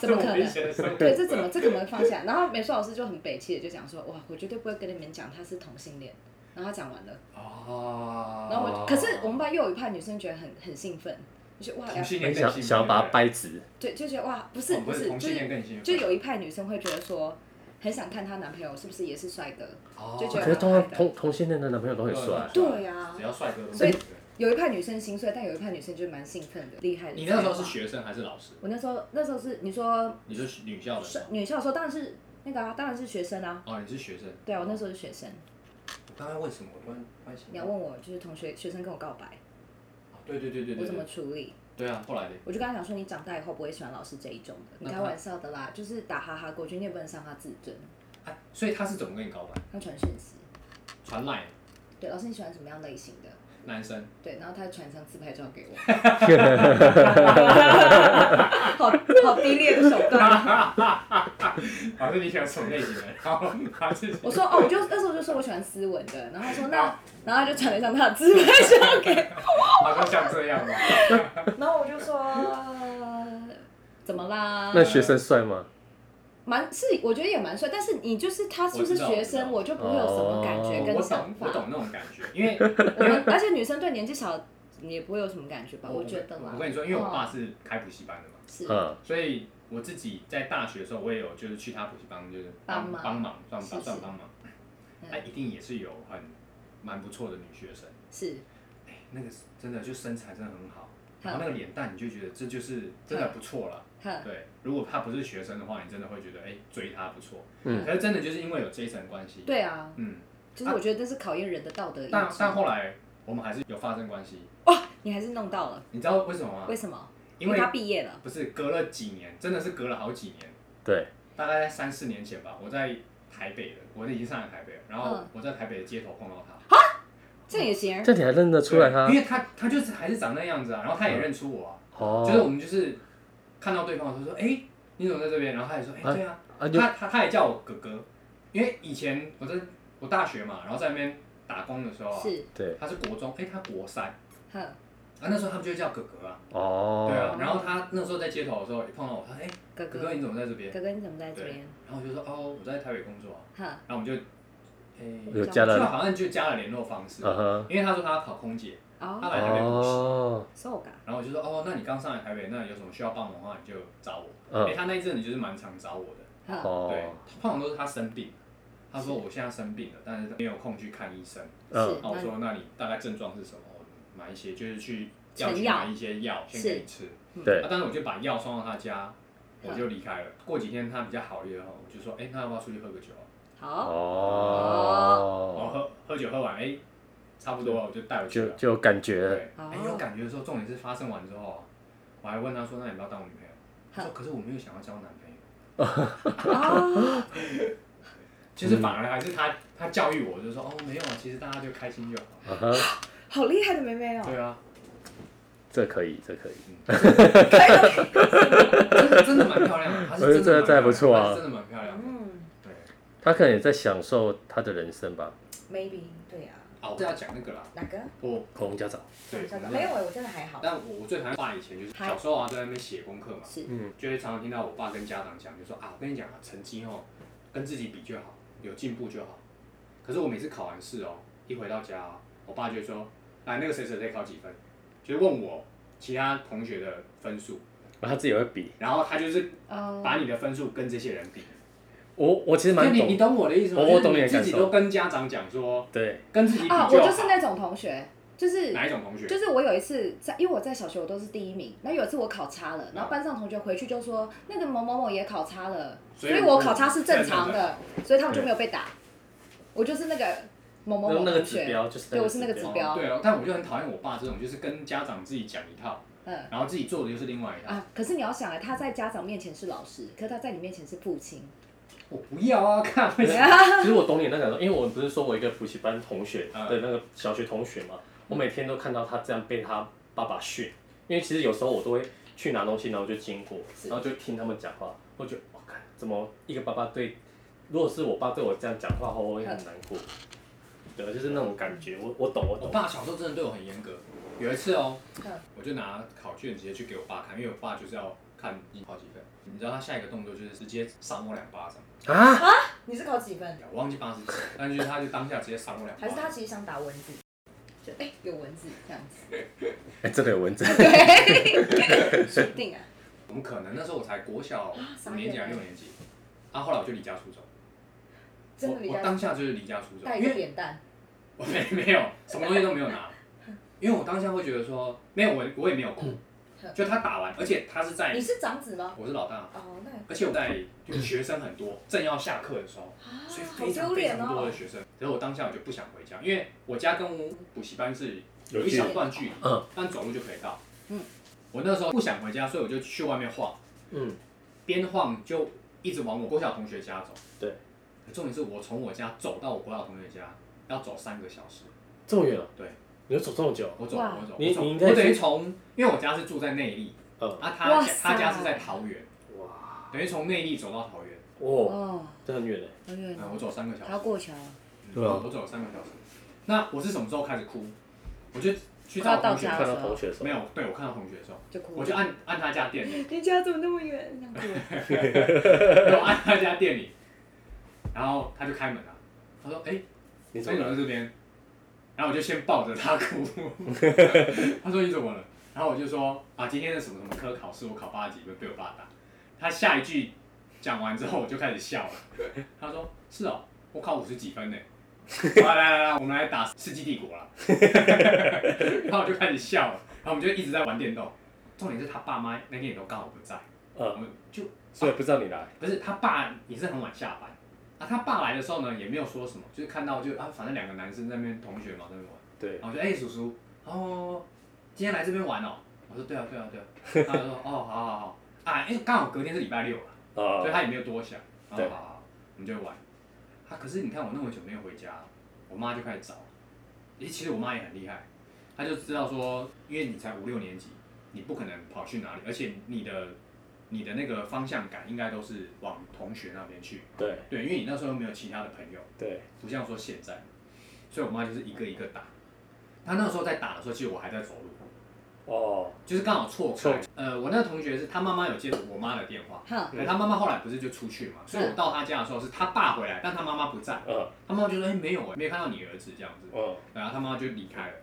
Speaker 1: 么可能？
Speaker 2: 能
Speaker 1: 对，这怎么这怎么放下？然后美术老师就很北气的就讲说，哇，我绝对不会跟你们讲他是同性恋。然后他讲完了。
Speaker 2: 哦，
Speaker 1: 然后我，可是我们班又有一派女生觉得很很兴奋，就觉得哇，
Speaker 2: 同性恋更
Speaker 3: 很想
Speaker 2: 兴奋
Speaker 3: 想要把它掰直，
Speaker 1: 对，就觉得哇，不
Speaker 2: 对
Speaker 1: 是
Speaker 2: 不对哦不
Speaker 1: 是，
Speaker 2: 同
Speaker 1: 就
Speaker 2: 性恋
Speaker 1: 是
Speaker 2: 更兴奋，
Speaker 1: 就有一派女生会觉得说，很想看她男朋友是不是也是帅哥，
Speaker 2: 哦
Speaker 1: 就觉
Speaker 3: 可
Speaker 1: 得
Speaker 3: 是通常同同性恋的男朋友都很帅。
Speaker 1: 对啊
Speaker 2: 只要帅哥都
Speaker 1: 所以
Speaker 2: 可
Speaker 1: 有一派女生心碎，但有一派女生就是蛮兴奋的，厉害的。
Speaker 2: 你那时候是？学生还是老师？
Speaker 1: 我那时候那时候是你说
Speaker 2: 你是女校的
Speaker 1: 是
Speaker 2: 吗？
Speaker 1: 女校的时候，当然是那个啊，当然是学生啊。
Speaker 2: 哦，你是学生。
Speaker 1: 对啊，我那时候是学生。
Speaker 2: 我刚刚为什么我突然突然想到？
Speaker 1: 你要问我，就是同学学生跟我告白，
Speaker 2: 哦对对对对
Speaker 1: 我
Speaker 2: 对
Speaker 1: 怎么
Speaker 2: 对，
Speaker 1: 处理？
Speaker 2: 对啊，后来的
Speaker 1: 我就跟他讲说，你长大以后不会喜欢老师这一种的，你
Speaker 2: 那
Speaker 1: 开
Speaker 2: 他
Speaker 1: 玩笑的啦，就是打哈哈过去，你也不能伤他自尊。
Speaker 2: 啊，所以他是怎么跟你告白？
Speaker 1: 他传讯息，
Speaker 2: 传赖
Speaker 1: 对，老师你喜欢什么样类型的？
Speaker 2: 男生，
Speaker 1: 对，然后他传上自拍照给我，好好低劣的手段。
Speaker 2: 啊，是你喜欢什么类型 的？然后他自己
Speaker 1: 我说哦，我就那时候就说我喜欢斯文的，然后他说那，然后他就传了一张他的自拍照给
Speaker 2: 好像像这样吗？
Speaker 1: 我，然后我就说 怎么啦？
Speaker 3: 那学生帅吗？
Speaker 1: 蛮是，我觉得也蛮帅，但是你就是他是不
Speaker 2: 我
Speaker 1: 是
Speaker 2: 知道
Speaker 1: 学生，我就不会有什么感觉
Speaker 3: 哦
Speaker 1: 跟
Speaker 2: 我
Speaker 1: 想
Speaker 2: 懂，
Speaker 1: 法
Speaker 2: 我。懂那种感觉， 因为
Speaker 1: 我们而且女生对年纪小你也不会有什么感觉吧？我觉得啦
Speaker 2: 我。跟你说，因为我爸是开补习班的嘛，
Speaker 1: 是，
Speaker 3: 嗯，
Speaker 2: 所以我自己在大学的时候，我也有就是去他补习班，就是帮
Speaker 1: 帮忙
Speaker 2: 帮忙，算
Speaker 1: 是
Speaker 2: 帮
Speaker 1: 是
Speaker 2: 算帮忙。
Speaker 1: 嗯
Speaker 2: 那一定也是有很蛮不错的女学生，
Speaker 1: 是，
Speaker 2: 哎，那个是真的就身材真的很好，
Speaker 1: 哼
Speaker 2: 然后那个脸蛋你就觉得这就是真的不错了。
Speaker 1: 哼，
Speaker 2: 对，如果她不是学生的话，你真的会觉得哎追她不错。
Speaker 3: 嗯
Speaker 2: 可是真的就是因为有这一层关系，，
Speaker 1: 对啊，
Speaker 2: 嗯，
Speaker 1: 就是我觉得这是考验人的道德意
Speaker 2: 但
Speaker 1: 志。
Speaker 2: 但后来我们还是有发生关系，
Speaker 1: 你还是弄到了，
Speaker 2: 你知道为什么吗
Speaker 1: 为？什么？
Speaker 2: 啊因为
Speaker 1: 他毕业了，
Speaker 2: 不是隔了几年，真的是隔了好几年，
Speaker 3: 对，
Speaker 2: 大概在三四年前吧，我在台北的，我已经上来台北了，然后
Speaker 1: 嗯
Speaker 2: 我在台北的街头碰到他，
Speaker 1: 这样也
Speaker 2: 嗯
Speaker 1: 行。
Speaker 3: 这样你还认得出来他
Speaker 2: 对？因为他他就是还是长那样子啊，然后他也认出我啊，就是我
Speaker 3: 哦，
Speaker 2: 们就是看到对方的时候说，哎、你怎么在这边？然后他也说，哎、
Speaker 3: 啊
Speaker 2: 对啊，
Speaker 3: 啊就
Speaker 2: 他他他也叫我哥哥，因为以前我在我大学嘛，然后在那边打工的时候啊，
Speaker 1: 是，
Speaker 3: 对，
Speaker 2: 他是国中，哎、他国三，啊
Speaker 1: 哼，
Speaker 2: 那时候他们就会叫哥哥啊，对
Speaker 3: 哦，
Speaker 2: 啊，然后他那时候在街头的时候也碰到我，他说，哎、
Speaker 1: 哥
Speaker 2: 哥哥
Speaker 1: 哥，
Speaker 2: 你怎么在这边？
Speaker 1: 哥哥你怎么在这
Speaker 2: 对
Speaker 1: 边？
Speaker 2: 然后我就说，哦，我在台北工作啊。
Speaker 1: 哼，
Speaker 2: 然后我们就，
Speaker 3: 有
Speaker 2: 诶、
Speaker 3: 加
Speaker 2: 就
Speaker 3: 了，
Speaker 2: 好像就加了联络方式，
Speaker 3: 嗯哼，
Speaker 2: 因为他说他要考空姐，他
Speaker 1: 哦，
Speaker 2: 来台北补习，
Speaker 3: 哦，
Speaker 1: 瘦嘎，
Speaker 2: 然后我就说，哦，那你刚上来台北，那有什么需要帮忙的话，你就找我。因为
Speaker 3: 嗯，
Speaker 2: 他那一阵子就是蛮常找我的，
Speaker 1: 哼，
Speaker 2: 对
Speaker 3: 哦，，
Speaker 2: 通常都是他生病，他说我现在生病了，但是没有空去看医生。
Speaker 1: 是
Speaker 3: 嗯，
Speaker 2: 那我
Speaker 1: 那
Speaker 2: 说，那你大概症状是什么？我买一些，就是去要
Speaker 1: 成
Speaker 2: 去
Speaker 1: 药
Speaker 2: 买一些药先给你吃。
Speaker 3: 对
Speaker 2: 那、当时我就把药送到他家，
Speaker 1: 嗯
Speaker 2: 我就离开了。过几天他比较好一点后，我就说，哎、那要不要出去喝个酒啊？
Speaker 1: 好，
Speaker 2: 然后
Speaker 3: 哦，
Speaker 2: 喝喝酒喝完，哎、差不多了，我就带回去
Speaker 3: 就
Speaker 2: 了。
Speaker 3: 就有感觉了，
Speaker 2: 对，
Speaker 1: 哦
Speaker 2: 哎、有感觉的时候，重点是发生完之后，啊我还问他说：“那你要不要当我女朋友？”他说：“可是我没有想要交男朋友。
Speaker 1: 哦，”
Speaker 2: 就是反而还是他他教育我，就说：“哦，没有啊，其实大家就开心就好。
Speaker 3: 嗯哼，
Speaker 1: 好厉害的妹
Speaker 4: 嗯
Speaker 1: 妹”哦，
Speaker 2: 对啊，
Speaker 3: 这可以，这可以，
Speaker 2: 真的真的蛮漂亮的，她是
Speaker 3: 我觉得
Speaker 2: 真的
Speaker 3: 这还不错
Speaker 2: 她
Speaker 3: 啊
Speaker 2: 是真的蛮漂亮的。
Speaker 4: 嗯
Speaker 2: 对，
Speaker 3: 他可能也在享受他的人生吧。
Speaker 4: ，maybe 对啊，
Speaker 2: 哦，我是要讲那个啦，
Speaker 4: 哪个？
Speaker 2: 我
Speaker 3: 口红家长，
Speaker 2: 对，我们
Speaker 4: 没有哎，我真的还好。
Speaker 2: 但我我最讨厌爸以前就是小时候啊，在那边写功课嘛，
Speaker 1: 是
Speaker 3: 嗯，
Speaker 2: 就会常常听到我爸跟家长讲，就说啊，我跟你讲啊，成绩哦，跟自己比就好，有进步就好。可是我每次考完试哦，一回到家、哦，我爸就会说，来那个谁谁谁考几分，就是问我其他同学的分数，
Speaker 3: 啊然后他自己也会比
Speaker 2: 然后他就是
Speaker 1: 哦，
Speaker 2: 把你的分数跟这些人比。
Speaker 3: 我，我其实
Speaker 2: 就
Speaker 3: 蛮
Speaker 2: 你你
Speaker 3: 懂，
Speaker 2: 懂我的意思吗？
Speaker 3: 我
Speaker 2: 就是
Speaker 3: 我懂你的
Speaker 2: 自己
Speaker 3: 感受
Speaker 2: 都跟家长讲说，
Speaker 3: 对，
Speaker 2: 跟自己比就
Speaker 1: 啊，
Speaker 2: 好。
Speaker 1: 我就是那种同学，就是
Speaker 2: 哪一种同学？
Speaker 1: 就是我有一次在，因为我在小学我都是第一名，那有一次我考差
Speaker 2: 嗯
Speaker 1: 了，然后班上同学回去就说那个某某某也考差了，所
Speaker 2: 所以
Speaker 1: 以
Speaker 2: 我
Speaker 1: 我考差是正常
Speaker 2: 正常
Speaker 1: 的，所以他们就没有被打。我就是那个某某
Speaker 3: 那
Speaker 1: 某
Speaker 3: 那个
Speaker 1: 同
Speaker 3: 指
Speaker 1: 学，
Speaker 3: 标就是
Speaker 1: 对我是那个指标
Speaker 2: 对啊，但我就很讨厌我爸这种，就是跟家长自己讲一套，
Speaker 1: 嗯
Speaker 2: 然后自己做的又是另外一套。
Speaker 1: 啊，可是你要想啊，他在家长面前是老师，可他在你面前是父亲，
Speaker 2: 我不要啊，看为什么？
Speaker 3: 其实我懂你那感受，因为我不是说我一个补习班同学
Speaker 2: 嗯
Speaker 3: 的那个小学同学嘛，我每天都看到他这样被他爸爸训，因为其实有时候我都会去拿东西，然后就经过，
Speaker 1: 是
Speaker 3: 然后就听他们讲话，我觉得我看怎么一个爸爸对，如果是我爸对我这样讲话，我会很难过，对，就是那种感觉，我我懂我
Speaker 2: 我
Speaker 3: 懂，
Speaker 2: 爸小时候真的对我很严格。有一次哦
Speaker 4: 嗯，
Speaker 2: 我就拿考卷直接去给我爸看，因为我爸就是要看你考几分。你知道他下一个动作就是直接赏我两巴掌，
Speaker 3: 啊，
Speaker 4: 你是考几分？
Speaker 2: 我忘记八十几，但就是他就当下直接赏我两巴
Speaker 4: 还是
Speaker 2: 掌。
Speaker 4: 他其实想打蚊子？就哎，有蚊子这样 子，
Speaker 3: 哎、真的有蚊子，
Speaker 4: 说不定啊。
Speaker 2: 怎么可能？那时候我才国小
Speaker 4: 傻
Speaker 2: 五
Speaker 4: 眼
Speaker 2: 年级还是六年级，啊，后来我就离家出走。
Speaker 4: 真的
Speaker 2: 我
Speaker 4: 离
Speaker 2: 我
Speaker 4: 家
Speaker 2: 当下就是离家出走，
Speaker 4: 带一
Speaker 2: 因
Speaker 4: 个
Speaker 2: 为
Speaker 4: 扁担，
Speaker 2: 我没没有什么东西都没有拿，因为我当下会觉得说没有我我也没有哭，就他打完，而且他是在
Speaker 4: 嗯你是长子吗？
Speaker 2: 我是老大，
Speaker 4: 哦，那
Speaker 2: 而且我在就是学生很多正要下课的时候，
Speaker 4: 啊，
Speaker 2: 所以
Speaker 4: 好
Speaker 2: 非常
Speaker 4: 丢
Speaker 2: 非
Speaker 4: 脸
Speaker 2: 常多
Speaker 4: 哦
Speaker 2: 的。学生，然后我当下我就不想回家，因为我家跟补习班是有一
Speaker 3: 距离
Speaker 2: 小段距离，
Speaker 3: 嗯
Speaker 2: 但走路就可以到。
Speaker 1: 嗯，
Speaker 2: 我那时候不想回家，所以我就去外面晃，
Speaker 3: 嗯，
Speaker 2: 边晃就一直往我国小同学家走。
Speaker 3: 对，
Speaker 2: 重点是我从我家走到我国小同学家要走三个小时，
Speaker 3: 这么远、啊，
Speaker 2: 对，
Speaker 3: 你要走这么久，啊
Speaker 2: 我走
Speaker 1: 哇
Speaker 2: 我走，
Speaker 3: 你
Speaker 2: 我走
Speaker 3: 你应该
Speaker 2: 我等于
Speaker 3: 是
Speaker 2: 从，因为我家是住在内地，
Speaker 3: 嗯，
Speaker 2: 啊他
Speaker 1: 哇
Speaker 2: 家
Speaker 1: 塞
Speaker 2: 他家是在桃园，
Speaker 3: 哇，
Speaker 2: 等于从内地走到桃园，
Speaker 3: 哇，
Speaker 1: 哦，
Speaker 3: 这很远哎、
Speaker 1: 好远
Speaker 2: 嗯，我
Speaker 1: 哦，
Speaker 2: 走三个小时
Speaker 1: 还要。过桥，
Speaker 2: 嗯
Speaker 3: 对啊
Speaker 2: 我走了三个小时。那我是什么时候开始哭？我就去找
Speaker 1: 快要
Speaker 2: 同
Speaker 1: 到
Speaker 2: 学
Speaker 1: 家
Speaker 3: 看到
Speaker 1: 了
Speaker 3: 同学的时
Speaker 2: 没
Speaker 3: 候，
Speaker 2: 有，对我看到同学的时候，
Speaker 1: 就哭
Speaker 2: 我就
Speaker 1: 了。
Speaker 2: 按按他家店里，
Speaker 1: 你家怎么那么远？这样哭了
Speaker 2: 我按他家店里，然后他就开门了，他说：“哎、
Speaker 3: 你怎
Speaker 2: 所以
Speaker 3: 么
Speaker 2: 走到
Speaker 3: 了？
Speaker 2: 这边，然后我就先抱着他 哭，他说你怎么了？然后我就说啊，今天的什么什么科考试，我考八十几分，被我爸打。他下一句讲完之后，我就开始笑 了。他说是哦，我考五十几分呢。好来来来，我们来打《世纪帝国》 了。然后我就开始笑了，然后我们就一直在玩电动。重点是他爸妈那天也都刚好不在，我
Speaker 3: 呃，
Speaker 2: 们就
Speaker 3: 所以不知道你来，
Speaker 2: 不是他爸也是很晚下班啊，他爸来的时候呢也没有说什么，就是看到就啊，反正两个男生在那边同学嘛在那边玩，
Speaker 3: 对
Speaker 2: 然，后我就哎、叔叔，哦，今天来这边玩哦，我说对啊对啊对啊，他就说哦好好好啊，因为刚好隔天是礼拜六啊，
Speaker 3: 啊
Speaker 2: 所以，他也没有多想，然
Speaker 3: 对
Speaker 2: 后好好好，我们就玩，啊可是你看我那么久没有回家，我妈就开始找，诶、其实我妈也很厉害，她就知道说，因为你才五六年级，你不可能跑去哪里，而且你的你的那个方向感应该都是往同学那边去，
Speaker 3: 对
Speaker 2: 对，因为你那时候没有其他的朋友，
Speaker 3: 对，
Speaker 2: 不像说现在，所以我妈就是一个一个打。她那时候在打的时候，其实我还在走路，
Speaker 3: 哦，
Speaker 2: 就是刚好错
Speaker 3: 错
Speaker 2: 开。呃，我那个同学是她妈妈有接我妈的电话，
Speaker 1: 哈，
Speaker 2: 可她妈妈后来不是就出去嘛，所以我到她家的时候是她爸回来，但她妈妈不在，
Speaker 3: 嗯
Speaker 2: 她妈妈就说：“哎、没有哎、没有看到你儿子这样子。”
Speaker 3: 嗯，
Speaker 2: 然后他妈就离开了，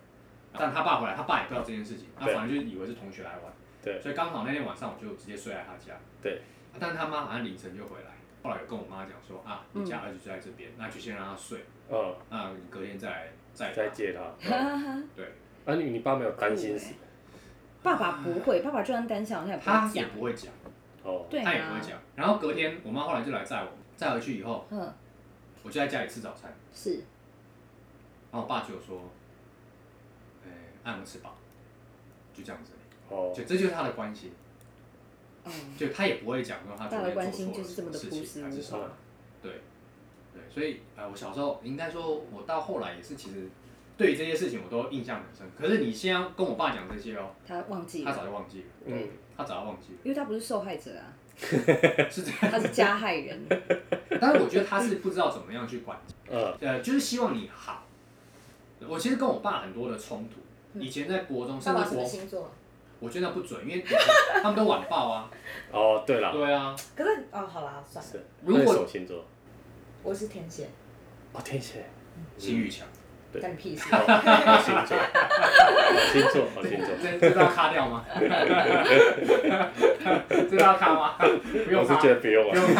Speaker 2: 但他爸回来，他爸也不知道这件事情，他
Speaker 3: 对
Speaker 2: 反正就以为是同学来玩，
Speaker 3: 对
Speaker 2: 所以刚好那天晚上我就直接睡在他家，
Speaker 3: 对，
Speaker 2: 但是他妈好像凌晨就回来，后来有跟我妈讲说啊，你家儿子就在这边，那就先让他睡，
Speaker 3: 嗯，
Speaker 2: 那你隔天再来再
Speaker 3: 再
Speaker 2: 打，
Speaker 3: 接他。
Speaker 1: 哈哈哈。
Speaker 2: 对，
Speaker 3: 啊，你你爸没有担心死？
Speaker 1: 爸爸不会，爸爸就算单想，他也不
Speaker 2: 他
Speaker 1: 会
Speaker 2: 也
Speaker 1: 讲。
Speaker 2: 不会讲，
Speaker 3: 哦，
Speaker 1: 对
Speaker 2: 他也不
Speaker 1: 啊，
Speaker 2: 会讲。然后隔天我妈后来就来载我，载回去以后，
Speaker 1: 嗯，
Speaker 2: 我就在家里吃早餐，
Speaker 1: 是
Speaker 2: 然后我爸就有说，哎、按我吃饱，就这样子，
Speaker 3: 哦，
Speaker 2: 就这就是他的关心。
Speaker 1: 哦，
Speaker 2: 就他也不会讲说他昨
Speaker 1: 大的
Speaker 2: 天做
Speaker 1: 关
Speaker 2: 错
Speaker 1: 心
Speaker 2: 了
Speaker 1: 就是
Speaker 2: 什
Speaker 1: 这
Speaker 2: 么
Speaker 1: 么的
Speaker 2: 事
Speaker 1: 朴
Speaker 2: 情
Speaker 1: 实
Speaker 2: 还是
Speaker 1: 无
Speaker 2: 什么
Speaker 1: 华，
Speaker 2: 对对，所以呃，我小时候应该说，我到后来也是其实对于这些事情我都印象很深。可是你现在跟我爸讲这些哦，
Speaker 1: 他忘记
Speaker 2: 他
Speaker 1: 了，
Speaker 2: 早就忘记了，
Speaker 3: 嗯，
Speaker 2: 他早就忘记
Speaker 1: 因为他不是受害者啊，
Speaker 2: 了，是这样。
Speaker 1: 他是加害 人。
Speaker 2: 但是我觉得他是不知道怎么样去管，
Speaker 3: 呃，
Speaker 2: 呃，就是希望你好。我其实跟我爸很多的冲突，
Speaker 1: 嗯
Speaker 2: 以前在国中
Speaker 4: 爸
Speaker 2: 甚
Speaker 4: 爸
Speaker 2: 至
Speaker 4: 什么
Speaker 2: 国，
Speaker 4: 星座？
Speaker 2: 我觉得那不准，因为他们都晚报 啊，
Speaker 3: 哦，对了，
Speaker 2: 对啊，
Speaker 4: 可是哦，好啦，算了，
Speaker 3: 是，
Speaker 2: 如
Speaker 3: 那
Speaker 2: 果
Speaker 3: 你什么星座？
Speaker 4: 我是天蝎，
Speaker 3: 哦，天蝎，
Speaker 2: 心语强，
Speaker 3: 对
Speaker 4: 干你屁事！
Speaker 3: 嗯哦，好星座，好星座，好哦星座，
Speaker 2: 这这道卡掉吗？ 这道卡 吗？不
Speaker 3: 我
Speaker 2: 用
Speaker 3: 是
Speaker 2: 卡
Speaker 3: 觉，得不用
Speaker 2: 不
Speaker 3: 啊，
Speaker 2: 用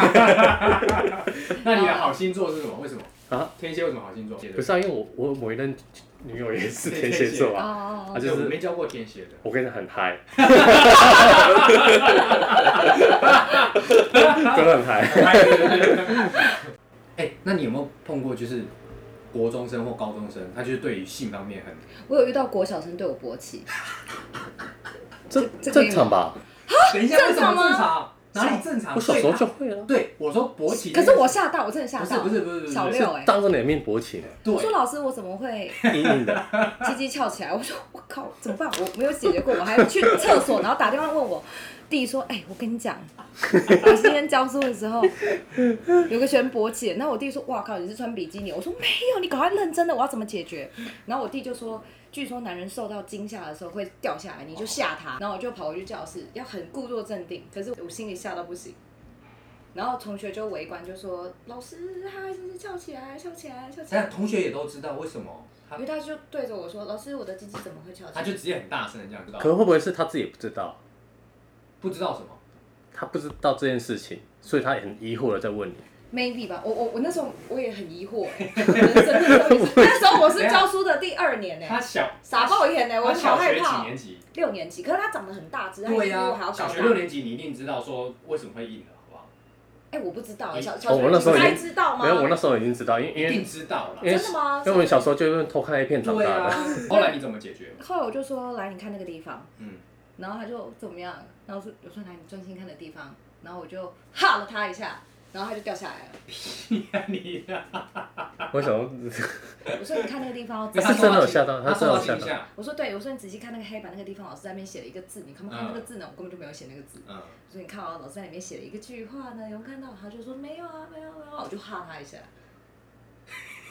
Speaker 2: 卡。那你的好星座是什么？为什么？
Speaker 3: 啊，
Speaker 2: 天蝎为什么好星座？
Speaker 3: 不是啊，因为我我某一任女友也 是天蝎座
Speaker 1: 哦
Speaker 3: 啊，
Speaker 1: 哦
Speaker 3: 他
Speaker 1: 哦，
Speaker 2: 对，
Speaker 3: 就
Speaker 2: 我
Speaker 3: 是
Speaker 2: 没教过天 蝎的。
Speaker 3: 我跟你很嗨，真的很嗨。
Speaker 2: 哎，那你有没有碰过就是国中生或高中生，他就是对于性方面很
Speaker 1: 我有遇到国小生对我勃 起，
Speaker 3: 这
Speaker 1: 这
Speaker 3: 正常吧？
Speaker 2: 等一下为什么正常？哪里正常？
Speaker 3: 我小时候
Speaker 2: 啊
Speaker 3: 就会啊了，
Speaker 2: 对我说勃起，
Speaker 1: 可是我吓到，我真的吓
Speaker 2: 不是
Speaker 1: 到，
Speaker 2: 不是不是不是
Speaker 1: 小
Speaker 2: 不是
Speaker 1: 六哎，
Speaker 3: 当着你的面勃起，
Speaker 1: 我说
Speaker 2: 对，
Speaker 1: 老师我怎么会
Speaker 3: 硬硬的。
Speaker 1: 鸡鸡翘起来，我说我靠，怎么办？我没有解决过，我还去厕所，然后打电话问我弟说，哎、我跟你讲，我今天教书的时候有个学生勃起，然后我弟说，哇靠，你是穿比基尼？我说没有，你赶快认真的，我要怎么解决？然后我弟就说，据说男人受到惊吓的时候会掉下来，你就吓他。然后我就跑回去教室，要很故作镇定，可是我心里吓到不行。然后同学就围观，就说：“老师，他还是翘起来，翘起来，翘起来。”
Speaker 2: 但同学也都知道为什么他
Speaker 1: 因为他就对着我说：“老师，我的鸡鸡怎么会翘起来？”
Speaker 2: 啊他就直接很大声的这样知道
Speaker 3: 可，能会不会是他自己也不知道，
Speaker 2: 不知道什么。
Speaker 3: 他不知道这件事情，所以他也很疑惑的在问你。
Speaker 1: maybe 吧，我我我那时候我也很疑惑、 欸，人生的时候那时候我是 教书的第二年呢、
Speaker 2: 他小
Speaker 1: 傻爆眼呢、我
Speaker 2: 他
Speaker 1: 好
Speaker 2: 小
Speaker 1: 害
Speaker 2: 学几
Speaker 1: 怕哦。
Speaker 2: 年级？
Speaker 1: 六年级，可是他长得很大只，他
Speaker 2: 对啊
Speaker 1: 比
Speaker 2: 呀、
Speaker 1: 我还要高
Speaker 2: 小
Speaker 1: 大
Speaker 2: 学。六年级你一定知道说为什么会硬的，好不好？
Speaker 1: 哎、我不知道、
Speaker 2: 你
Speaker 1: 小小
Speaker 3: 哦
Speaker 1: 学
Speaker 3: 我那时候
Speaker 1: 你才
Speaker 3: 已
Speaker 1: 知道吗？
Speaker 3: 没有，我那时候已经知道，因为因
Speaker 2: 一定
Speaker 3: 为
Speaker 2: 知道啦。
Speaker 3: 因为
Speaker 1: 真的吗
Speaker 3: 因为我们小时候就是偷看 A 片长大
Speaker 2: 对啊
Speaker 3: 的。，
Speaker 2: 后来你怎么 解决？
Speaker 1: 后来我就说：“来，你看那个地方。”
Speaker 2: 嗯，
Speaker 1: 然后他就怎么样？然后说：“我说来，你专心看的地方。”然后我就哈了他一下，然后他就掉下来了。
Speaker 2: 你啊
Speaker 3: 为什么？
Speaker 1: 我说：“你看那个地 方。”
Speaker 3: 他是真的有吓到
Speaker 2: 他
Speaker 3: 他真的有
Speaker 2: 受惊
Speaker 3: 吓
Speaker 2: 吓。
Speaker 1: 我说对，我说你仔细看那个黑板那个地方，老师在那边写了一个字，你看不看
Speaker 2: 嗯
Speaker 1: 那个字呢？我根本就没有写那个字。
Speaker 2: 嗯，
Speaker 1: 我说你看啊，老师在里面写了一个句话呢，有没有看到？他就说没有啊，没有没有啊，我就哈他一下。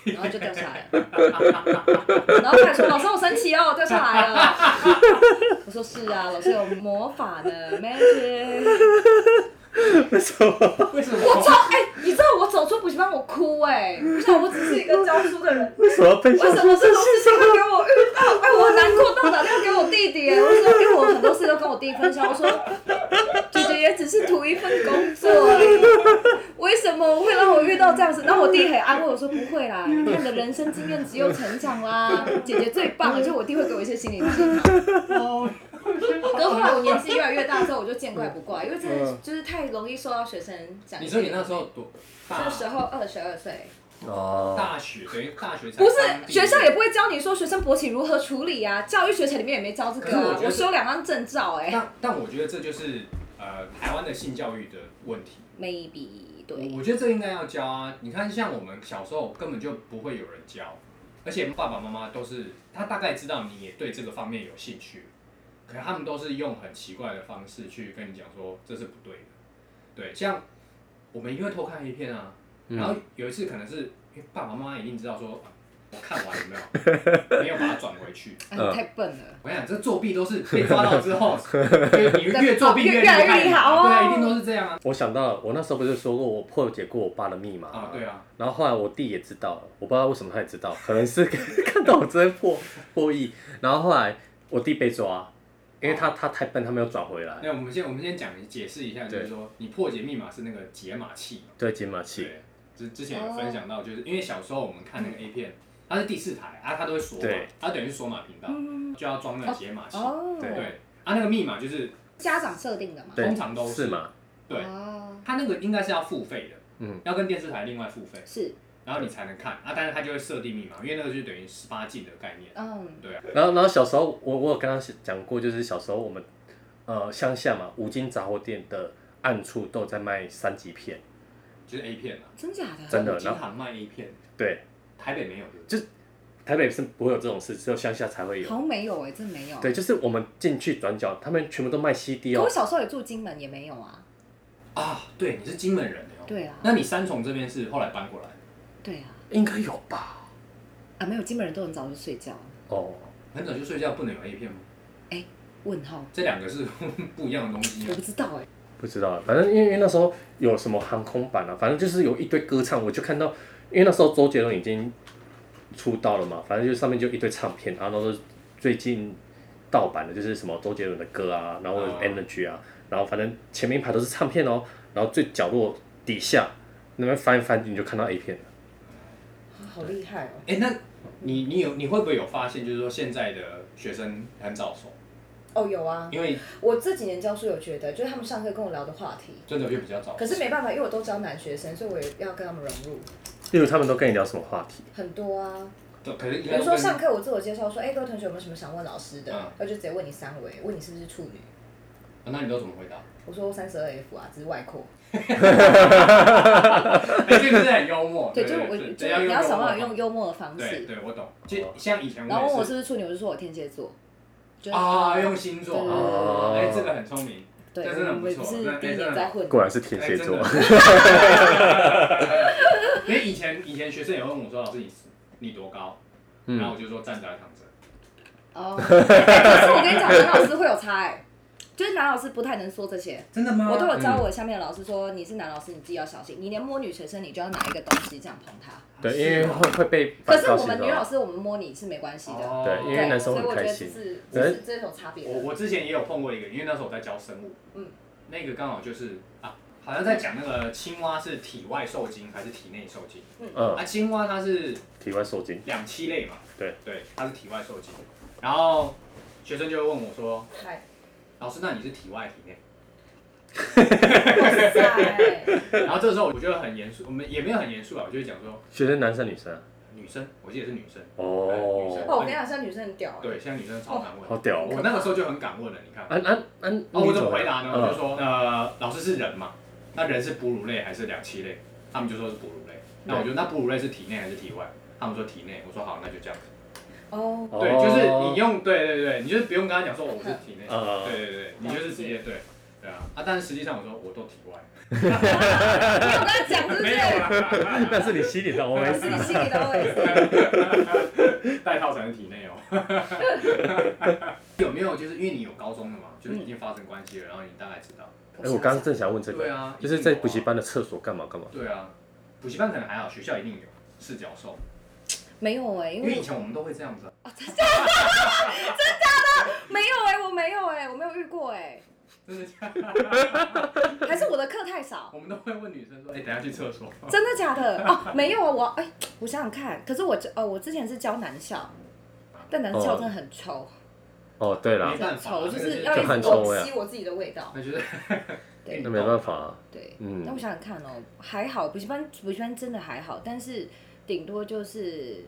Speaker 1: 然后就掉下来了。然后他还说：“老师，我神奇哦，掉下来了。” 我说：“是啊，老师有魔法的 magic。
Speaker 3: 为什么？
Speaker 2: 为什么？”
Speaker 1: 我超哎、你知道我走出补习班我哭哎、我想我只是一个教书的人，
Speaker 3: 为什么被
Speaker 1: 为
Speaker 3: 校
Speaker 1: 什
Speaker 3: 学
Speaker 1: 么这
Speaker 3: 生
Speaker 1: 种事
Speaker 3: 欣
Speaker 1: 情
Speaker 3: 赏
Speaker 1: 会给我遇到？哎，我很难过到打电话给我弟弟哎，我说因为我很多事都跟我弟分享，我说姐姐也只是图一份工作而已，为什么会让我遇到这样子？然后我弟很安慰我说不会啦，你看你的人生经验只有成长啦，姐姐最棒了，就我弟会给我一些心理鸡汤。
Speaker 2: 哦
Speaker 1: 可是后来我年纪越来越大之后，我就见怪不怪，因为真的就是太容易受到学生讲。
Speaker 2: 嗯你说你那时候多大
Speaker 1: 这？时候二十二岁。
Speaker 3: 哦，
Speaker 2: 大学等于大学才
Speaker 1: 不
Speaker 2: 刚
Speaker 1: 是
Speaker 2: 毕业
Speaker 1: 学校也不会教你说学生勃起如何处理啊，教育学程里面也没教这个
Speaker 2: 可是我
Speaker 1: 啊
Speaker 2: 觉。得
Speaker 1: 我修两张证照哎、
Speaker 2: 但但我觉得这就是呃台湾的性教育的问题。
Speaker 1: m a y b e 对，
Speaker 2: 我我觉得这应该要教啊！你看，像我们小时候根本就不会有人教，而且爸爸妈妈都是他大概知道你也对这个方面有兴趣，可是他们都是用很奇怪的方式去跟你讲说这是不对的。对，像我们因为偷看 A 片啊，然后有一次可能是因为爸爸妈妈一定知道说、啊我看完有没有，没有把它转回去。
Speaker 1: 啊，
Speaker 3: 嗯
Speaker 1: 你太笨了。
Speaker 2: 我跟你讲，这作弊都是被抓到之后，就是你越作弊
Speaker 1: 越
Speaker 2: 厉
Speaker 1: 越来越厉害
Speaker 2: 嘛
Speaker 1: 哦
Speaker 2: 对啊，一定都是这样啊。
Speaker 3: 我想到了，我那时候不是说过我破解过我爸的密码
Speaker 2: 啊
Speaker 3: 吗，
Speaker 2: 对啊，
Speaker 3: 然后后来我弟也知道了，我不知道为什么他也知道，可能是 看到我这边破破译，然后后来我弟被抓，因为他
Speaker 2: 啊
Speaker 3: 他太笨，他没有转回来，
Speaker 2: 那我们先我们先讲解释一下，就是
Speaker 3: 对
Speaker 2: 说你破解密码是那个解码器嘛，
Speaker 3: 对解码器，
Speaker 2: 对，之之
Speaker 1: 哦
Speaker 2: 前有分享到，就是因为小时候我们看那
Speaker 1: 嗯
Speaker 2: 个 A 片，它是第四台啊，它都会锁码
Speaker 3: 对，
Speaker 2: 它等于是锁码频道，
Speaker 1: 嗯，
Speaker 2: 就要装那个解码器，
Speaker 1: 哦，
Speaker 3: 对
Speaker 2: 对，啊那个密码就是
Speaker 1: 家长设定的嘛。
Speaker 3: 对
Speaker 2: 通常都是
Speaker 3: 是嘛，
Speaker 2: 对，
Speaker 1: 哦，
Speaker 2: 它那个应该是要付费的，
Speaker 3: 嗯，
Speaker 2: 要跟电视台另外付费，
Speaker 1: 是，
Speaker 2: 然后你才能看啊，但是它就会设定密码，因为那个就等于十八禁的概念，
Speaker 1: 嗯，
Speaker 2: 对啊，
Speaker 3: 然后然后小时候我我有跟他讲过，就是小时候我们呃乡下嘛，五金杂货店的暗处都有在卖三级片，
Speaker 2: 就是 A 片啊，
Speaker 1: 真假的？
Speaker 3: 真的
Speaker 2: 经常卖 A 片，
Speaker 3: 对，
Speaker 2: 台北没有，对不对
Speaker 3: 台北是不会有这种事，只有乡下才会有
Speaker 1: 好。像没有哎、真没有。
Speaker 3: 对，就是我们进去转角，他们全部都卖 CD
Speaker 1: 可
Speaker 3: 哦
Speaker 1: 我。小时候也住金门，也没有啊。
Speaker 2: 啊，对，你是金门人哦，
Speaker 1: 对啊，
Speaker 2: 那你三重这边是后来搬过来的？
Speaker 1: 对啊，
Speaker 3: 应该有吧？
Speaker 1: 啊没有，金门人都很早就睡觉了。
Speaker 3: 哦，
Speaker 2: 很早就睡觉不能有 A 片吗？
Speaker 1: 问号，
Speaker 2: 这两个是 不一样的东西
Speaker 1: 我
Speaker 2: 啊
Speaker 1: 不。知道哎、
Speaker 3: 不知道，反正因为因为那时候有什么航空版啊，反正就是有一堆歌唱，我就看到，因为那时候周杰伦已经出道了嘛，反正就上面就一堆唱片，然后都是最近盗版的，就是什么周杰伦的歌啊，然后
Speaker 2: 哦
Speaker 3: Energy 啊，然后反正前面一排都是唱片哦，然后最角落底下那边翻一翻，你就看到 A 片了。
Speaker 4: 好厉害哦！
Speaker 2: 哎，那你你有你会不会有发现，就是说现在的学生很早熟，
Speaker 4: 哦，有啊，
Speaker 2: 因为
Speaker 4: 我这几年教书有觉得，就是他们上课跟我聊的话题，
Speaker 2: 真的就比较早熟。
Speaker 4: 可是没办法，因为我都教男学生，所以我也要跟他们融入
Speaker 3: 例如他们都跟你聊什么话题？
Speaker 4: 很多啊。
Speaker 2: 对，可是
Speaker 4: 比
Speaker 2: 应该
Speaker 4: 如说
Speaker 2: 跟
Speaker 4: 上课我自我介绍说，哎、各位同学有没有什么想问老师的？
Speaker 2: 嗯
Speaker 4: 然后就直接问你三围，问你是不是处女。
Speaker 2: 啊那你都怎么回答？
Speaker 4: 我说三十二 F 啊，只是外扩。
Speaker 2: 哎，这个是很幽默。
Speaker 1: 对，就
Speaker 2: 对
Speaker 1: 是我
Speaker 2: 对
Speaker 1: 就
Speaker 2: 对
Speaker 1: 是你要想办法
Speaker 2: 幽
Speaker 1: 用
Speaker 2: 默
Speaker 1: 幽默的方
Speaker 2: 方法。对
Speaker 1: 式。
Speaker 2: 对，我懂。就像以前
Speaker 1: 然后问
Speaker 2: 我
Speaker 1: 我
Speaker 2: 也
Speaker 1: 是
Speaker 2: 是
Speaker 1: 不是处女，我就说我天蝎座。就是
Speaker 2: 啊，用星座
Speaker 1: 对
Speaker 2: 啊，
Speaker 3: 对对
Speaker 2: 哎，
Speaker 3: 对
Speaker 2: 这个很聪明。
Speaker 1: 对，
Speaker 2: 这真的
Speaker 1: 我
Speaker 2: 很不
Speaker 1: 们
Speaker 2: 错啊
Speaker 1: 不是
Speaker 2: 那
Speaker 1: 第一年在混，
Speaker 3: 果然是天
Speaker 2: 哎
Speaker 3: 蝎座。。
Speaker 2: 真的 因为以前以前学生也会问我说：“老师，你你多高？”
Speaker 3: 嗯
Speaker 2: 然后我就说站着还躺着。
Speaker 1: 哦， 可是我跟你讲，男老师会有差哎、就是男老师不太能说这些。
Speaker 2: 真的吗
Speaker 1: 我都有教我下面的老师说，你是男老师，你自己要小心，你连摸女学生，你就要拿一个东西这样捧她。
Speaker 3: 对，因为会会被
Speaker 1: 可
Speaker 3: 反
Speaker 1: 是
Speaker 3: 照
Speaker 1: 我
Speaker 3: 性
Speaker 1: 们
Speaker 3: 的
Speaker 1: 女老
Speaker 3: 哦。
Speaker 1: 师，我们摸你是没关系的。
Speaker 2: 哦
Speaker 3: 对因为
Speaker 1: 对
Speaker 3: 男生会
Speaker 1: 所以我
Speaker 3: 很
Speaker 1: 觉
Speaker 3: 开
Speaker 1: 得
Speaker 3: 心
Speaker 1: 这是
Speaker 3: 可
Speaker 4: 这
Speaker 3: 是
Speaker 4: 是这种差别
Speaker 2: 我
Speaker 4: 的。
Speaker 2: 我之前也有碰过一个，因为那时候我在教生物，
Speaker 4: 嗯，
Speaker 2: 那个刚好就是啊，好像在讲那个青蛙是体外受精还是体内受精
Speaker 3: 嗯，
Speaker 2: 啊？青蛙它是
Speaker 3: 体外受精。
Speaker 2: 两栖类嘛，
Speaker 3: 对
Speaker 2: 对，它是体外受精。然后学生就会问我说
Speaker 4: 嗨，：“
Speaker 2: 老师，那你是体外还是体内
Speaker 4: 哇塞，？”
Speaker 2: 然后这时候我就会很严肃，我们也没有很严肃啊，我就会讲说
Speaker 3: 学生男生女生啊？
Speaker 2: 女生，我记得是女生，对哎女
Speaker 3: 哦
Speaker 2: 生。
Speaker 4: 哦，我跟你讲，现在女生很屌、欸，
Speaker 2: 对，现在女生超敢问，
Speaker 3: 好屌哦
Speaker 2: 我那个时候就很敢问了，你看。
Speaker 3: 安安安，
Speaker 2: 哦，
Speaker 3: 你
Speaker 2: 我怎么回答呢？我就
Speaker 3: 嗯，
Speaker 2: 说，呃，老师是人嘛，那人是哺乳类还是两栖类？他们就说是哺乳类。那我就那哺乳类是体内还是体外？他们说体内，我说好，那就这样。
Speaker 4: 哦，
Speaker 3: 哦
Speaker 2: 对，就是你用对对对，你就是不用跟他讲说我是体内，
Speaker 3: 嗯
Speaker 2: 对对对，你就是直接对对啊，啊，但是实际上我说我都体外，
Speaker 1: 你有跟他讲是不
Speaker 2: 没
Speaker 1: 是？
Speaker 2: 有啦，
Speaker 3: 但是你心里的 OS
Speaker 1: 是你心里的 OS。
Speaker 2: 带套才能体 内哦。有没有就是因为你有高中了嘛，就是已经发生关系了，然后你大概知道。
Speaker 3: 哎、我刚刚正想问这
Speaker 2: 对
Speaker 3: 个，
Speaker 2: 啊，
Speaker 3: 就是在补习班的厕所干嘛干嘛？
Speaker 2: 对啊，补习班可能还好，学校一定有四角兽，
Speaker 1: 没有哎、因
Speaker 2: 因为以
Speaker 1: 为
Speaker 2: 前我们都会这样子啊。
Speaker 1: 没有哎、我没有哎、我没有遇过哎、
Speaker 2: 真的假的，
Speaker 1: 还是我的课太少。
Speaker 2: 我们都会问女生说：“哎、等一下去厕所。
Speaker 1: 真的假的？哦，没有啊，我哎、我想想看，可是我这哦，我之前是教男校，但男校真的很臭，
Speaker 3: 哦，对”啦
Speaker 2: 没，办法啊，
Speaker 1: 很丑就是
Speaker 2: 那
Speaker 1: 要
Speaker 2: 个
Speaker 3: 就汗臭味
Speaker 4: 我
Speaker 3: 啊
Speaker 4: 吸，我自己的味道。
Speaker 2: 那就是
Speaker 1: 对
Speaker 3: 那没办法、啊。
Speaker 1: 对。那我
Speaker 3: 嗯，
Speaker 1: 想想看哦，还好补习班补习班真的还好，但是顶多就是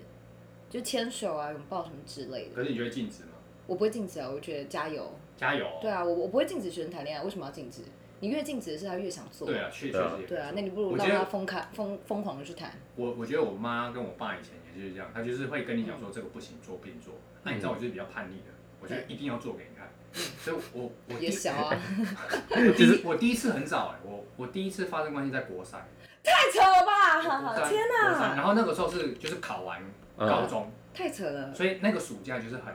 Speaker 1: 就牵手啊、拥抱什么之类的，
Speaker 2: 可是你觉得禁止吗？
Speaker 1: 我不会禁止啊，我觉得加油。
Speaker 2: 加油哦！
Speaker 1: 对啊，我我不会禁止学生谈恋爱，为什么要禁止？你越禁止的是他越想做。
Speaker 2: 对啊，确
Speaker 3: 对
Speaker 2: 确
Speaker 3: 啊
Speaker 2: 实也
Speaker 1: 对啊，那你不
Speaker 2: 我
Speaker 1: 如让
Speaker 2: 觉得
Speaker 1: 他疯开疯疯狂的去谈。
Speaker 2: 我我觉得我妈跟我爸以前也是这样，他就是会跟你讲说这个不行，做并做。那你知道我就是比较叛逆的，我觉得一定要做给你看。所以我我第
Speaker 1: 嗯也小啊，
Speaker 2: 我第一我第一次很早哎、我我第一次发生关系在国三，
Speaker 1: 太扯了吧！
Speaker 2: 国三
Speaker 1: 啊 天
Speaker 2: 国三
Speaker 1: 哪，
Speaker 2: 然后那个时候是就是考完
Speaker 3: 啊
Speaker 2: 高中，
Speaker 1: 太扯了！
Speaker 2: 所以那个暑假就是很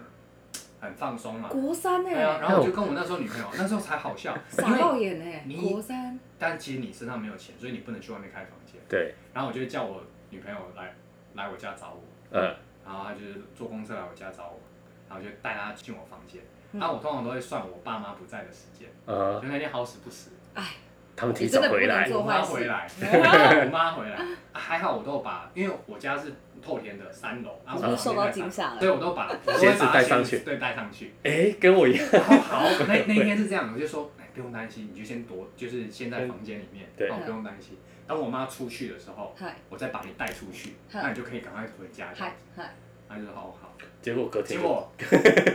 Speaker 2: 很放松嘛。
Speaker 1: 国三哎、
Speaker 2: 对啊，然后我就跟我那时候女朋友，那时候才好笑，因
Speaker 1: 傻
Speaker 2: 为
Speaker 1: 爆眼哎、
Speaker 2: 你
Speaker 1: 国三
Speaker 2: 但其实你身上没有钱，所以你不能去外面开房间。
Speaker 3: 对，
Speaker 2: 然后我就叫我女朋友来来我家找我，
Speaker 3: 呃，
Speaker 2: 然后他就是坐公车来我家找我，然后就带他进我房间。
Speaker 1: 嗯
Speaker 2: 那、我通常都会算我爸妈不在的时间，
Speaker 3: 呃，
Speaker 2: 就那天好死不死，哎
Speaker 3: 他们提早回来
Speaker 1: 做
Speaker 2: 我
Speaker 1: 坏
Speaker 2: 妈
Speaker 1: 事
Speaker 2: 回来， 我妈回来，啊还好我都有把，因为我家是透天的三楼，啊，
Speaker 1: 你
Speaker 2: 我
Speaker 1: 是不是受
Speaker 2: 房
Speaker 1: 到
Speaker 2: 间在
Speaker 1: 惊
Speaker 2: 三
Speaker 1: 吓
Speaker 2: 楼
Speaker 1: 了？
Speaker 2: 对，我都把我都
Speaker 3: 鞋
Speaker 2: 会
Speaker 3: 子
Speaker 2: 把
Speaker 3: 带
Speaker 2: 鞋
Speaker 3: 上
Speaker 2: 子
Speaker 3: 去
Speaker 2: 对，带上去。
Speaker 3: 哎、跟我一样，
Speaker 2: 然后好，那那天是这样，我就说，哎，不用担心，你就先躲，就是先在房间里面，
Speaker 3: 对
Speaker 2: 哦，不用担心。当我妈出去的时候，
Speaker 1: 嗨
Speaker 2: 我再把你带出去，
Speaker 1: 嗨
Speaker 2: 那你就可以赶快回家。这
Speaker 1: 嗨
Speaker 2: 样子
Speaker 1: 嗨！
Speaker 2: 她就说好好。
Speaker 3: 结果隔
Speaker 2: 结
Speaker 3: 天就
Speaker 2: 果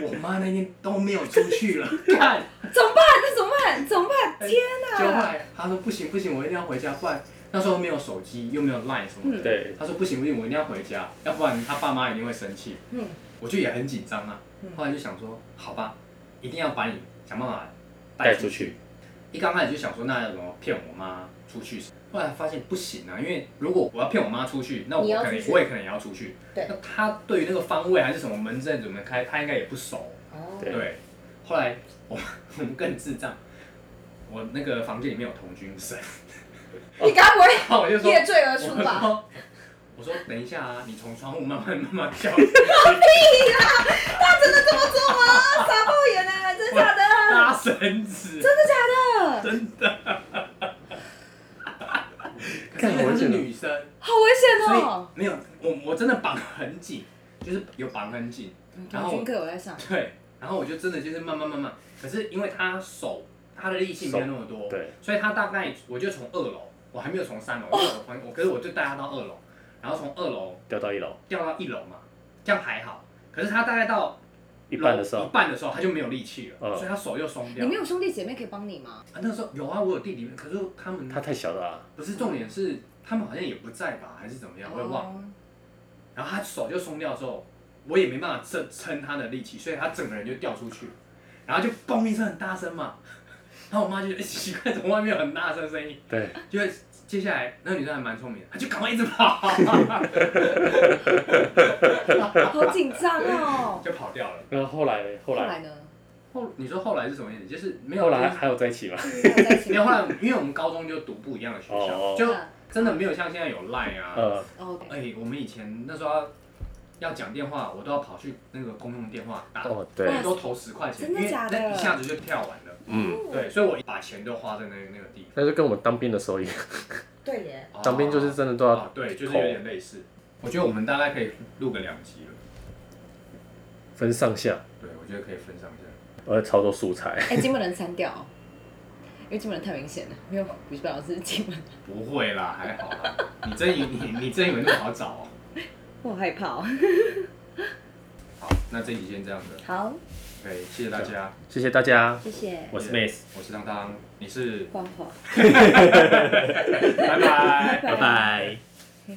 Speaker 2: 我妈那天都没有出去了，
Speaker 1: 怎
Speaker 2: 看，
Speaker 1: 么办？那怎么办？怎么办？
Speaker 2: 哎
Speaker 1: 天
Speaker 2: 结果后来她说不行不行，我一定要回家，不然那时候没有手机又没有 line 什么的，
Speaker 3: 嗯对，
Speaker 2: 她说不行不行，我一定要回家，要不然她爸妈一定会生气。
Speaker 1: 嗯，
Speaker 2: 我就也很紧张啊
Speaker 1: 嗯，
Speaker 2: 后来就想说好吧，一定要把你想办法
Speaker 3: 带
Speaker 2: 出
Speaker 3: 出。去，
Speaker 2: 一刚开始就想说那要怎么骗我妈出去，后来发现不行啊，因为如果我要骗我妈出去，那我
Speaker 1: 你要
Speaker 2: 可能
Speaker 1: 出去
Speaker 2: 我也可能也要出去，
Speaker 1: 对
Speaker 2: 那她对于那个方位还是什么门阵怎么开，她应该也不熟。
Speaker 1: 哦
Speaker 3: 对
Speaker 2: 对，后来我们 我们更智障，我那个房间里面有童军绳，
Speaker 4: 你该不会
Speaker 2: 然后我就说，
Speaker 4: 夜醉而
Speaker 2: 我
Speaker 4: 出
Speaker 2: 就
Speaker 4: 吧？
Speaker 2: 说，我说等一下啊，你从窗户慢慢慢慢跳，
Speaker 4: 他真的这么做吗？ 傻爆眼呢、真的假的？
Speaker 2: 拉绳子，真的假的？真的。可
Speaker 3: 干
Speaker 2: 是因为
Speaker 3: 我
Speaker 2: 她
Speaker 3: 觉
Speaker 2: 是
Speaker 3: 得
Speaker 2: 女生，
Speaker 1: 好危
Speaker 2: 所
Speaker 1: 险哦！
Speaker 2: 以没有我我真的绑很紧，就是有绑很紧，然后
Speaker 1: 军课我在上，
Speaker 2: 对，然后我就真的就是慢慢慢慢，可是因为他手他的力气没有那么多，
Speaker 3: 对，
Speaker 2: 所以他大概我就从二楼，我还没有从三楼，因为我朋我可是我就带他到二楼，然后从二楼
Speaker 3: 掉到一楼，
Speaker 2: 掉到一楼嘛，这样还好，可是他大概到
Speaker 3: 一半的时
Speaker 2: 楼
Speaker 3: 候
Speaker 2: 一，半的时候他就没有力气了，
Speaker 3: 嗯
Speaker 2: 所以他手又松
Speaker 1: 你
Speaker 2: 掉。
Speaker 1: 没有兄弟姐妹可以帮你吗？
Speaker 2: 啊那时候有啊，我有弟弟，可是他们
Speaker 3: 他太小了啊，
Speaker 2: 不是重点是他们好像也不在吧，还是怎么样，我也忘了。
Speaker 1: 哦
Speaker 2: 然后他手就松掉之后，我也没办法撑撑他的力气，所以他整个人就掉出去，然后就嘣一声很大声嘛。然后我妈就、欸、奇怪，怎么外面有很大声的声音？
Speaker 3: 对，
Speaker 2: 就会接下来那个女生还蛮聪明的，她就赶快一直跑，
Speaker 1: 好紧张 哦。
Speaker 2: 就跑掉了。
Speaker 3: 然后后来
Speaker 1: 后
Speaker 3: 后来
Speaker 1: 来呢？
Speaker 2: 后你说后来是什么意思？就是没有
Speaker 3: 后来还有在一起吗？
Speaker 1: 没有在一起
Speaker 2: 没有后来，因为我们高中就读不一样的学校，
Speaker 3: 哦
Speaker 2: 就真的没有像现在有 line 啊。
Speaker 3: 呃，
Speaker 1: 哦，
Speaker 2: 哎、我们以前那时候要要讲电话，我都要跑去那个公用电话打，
Speaker 3: 哦
Speaker 2: 我
Speaker 3: 对，
Speaker 2: 们都投十块钱，
Speaker 1: 真的
Speaker 2: 因为
Speaker 1: 假的
Speaker 2: 那一下子就跳完了。
Speaker 3: 嗯，
Speaker 2: 对，所以我把钱都花在那个那个地
Speaker 3: 那就跟我们当兵的时候一样，
Speaker 4: 对耶，
Speaker 2: 方。
Speaker 3: 当兵就是真的都要
Speaker 2: 啊，对，就是有点类似。我觉得我们大概可以录个两集了。
Speaker 3: 分上下，
Speaker 2: 对，我觉得可以分享一
Speaker 3: 呃，超多素材，
Speaker 1: 哎，金门人删掉哦，因为金门人太明显了，没有补习班老师是金门人，
Speaker 2: 下。不会啦，还好啦。你真以你你真以为那么好找哦、
Speaker 1: 我好害怕哦。
Speaker 2: 好，那这一集先这样子。
Speaker 1: 好，
Speaker 2: OK，谢谢大家。
Speaker 3: 谢谢大家，
Speaker 1: 谢谢
Speaker 3: 我是 Mace，
Speaker 2: 我是当当，你是，
Speaker 1: 花花，
Speaker 2: 拜拜。
Speaker 3: 拜拜。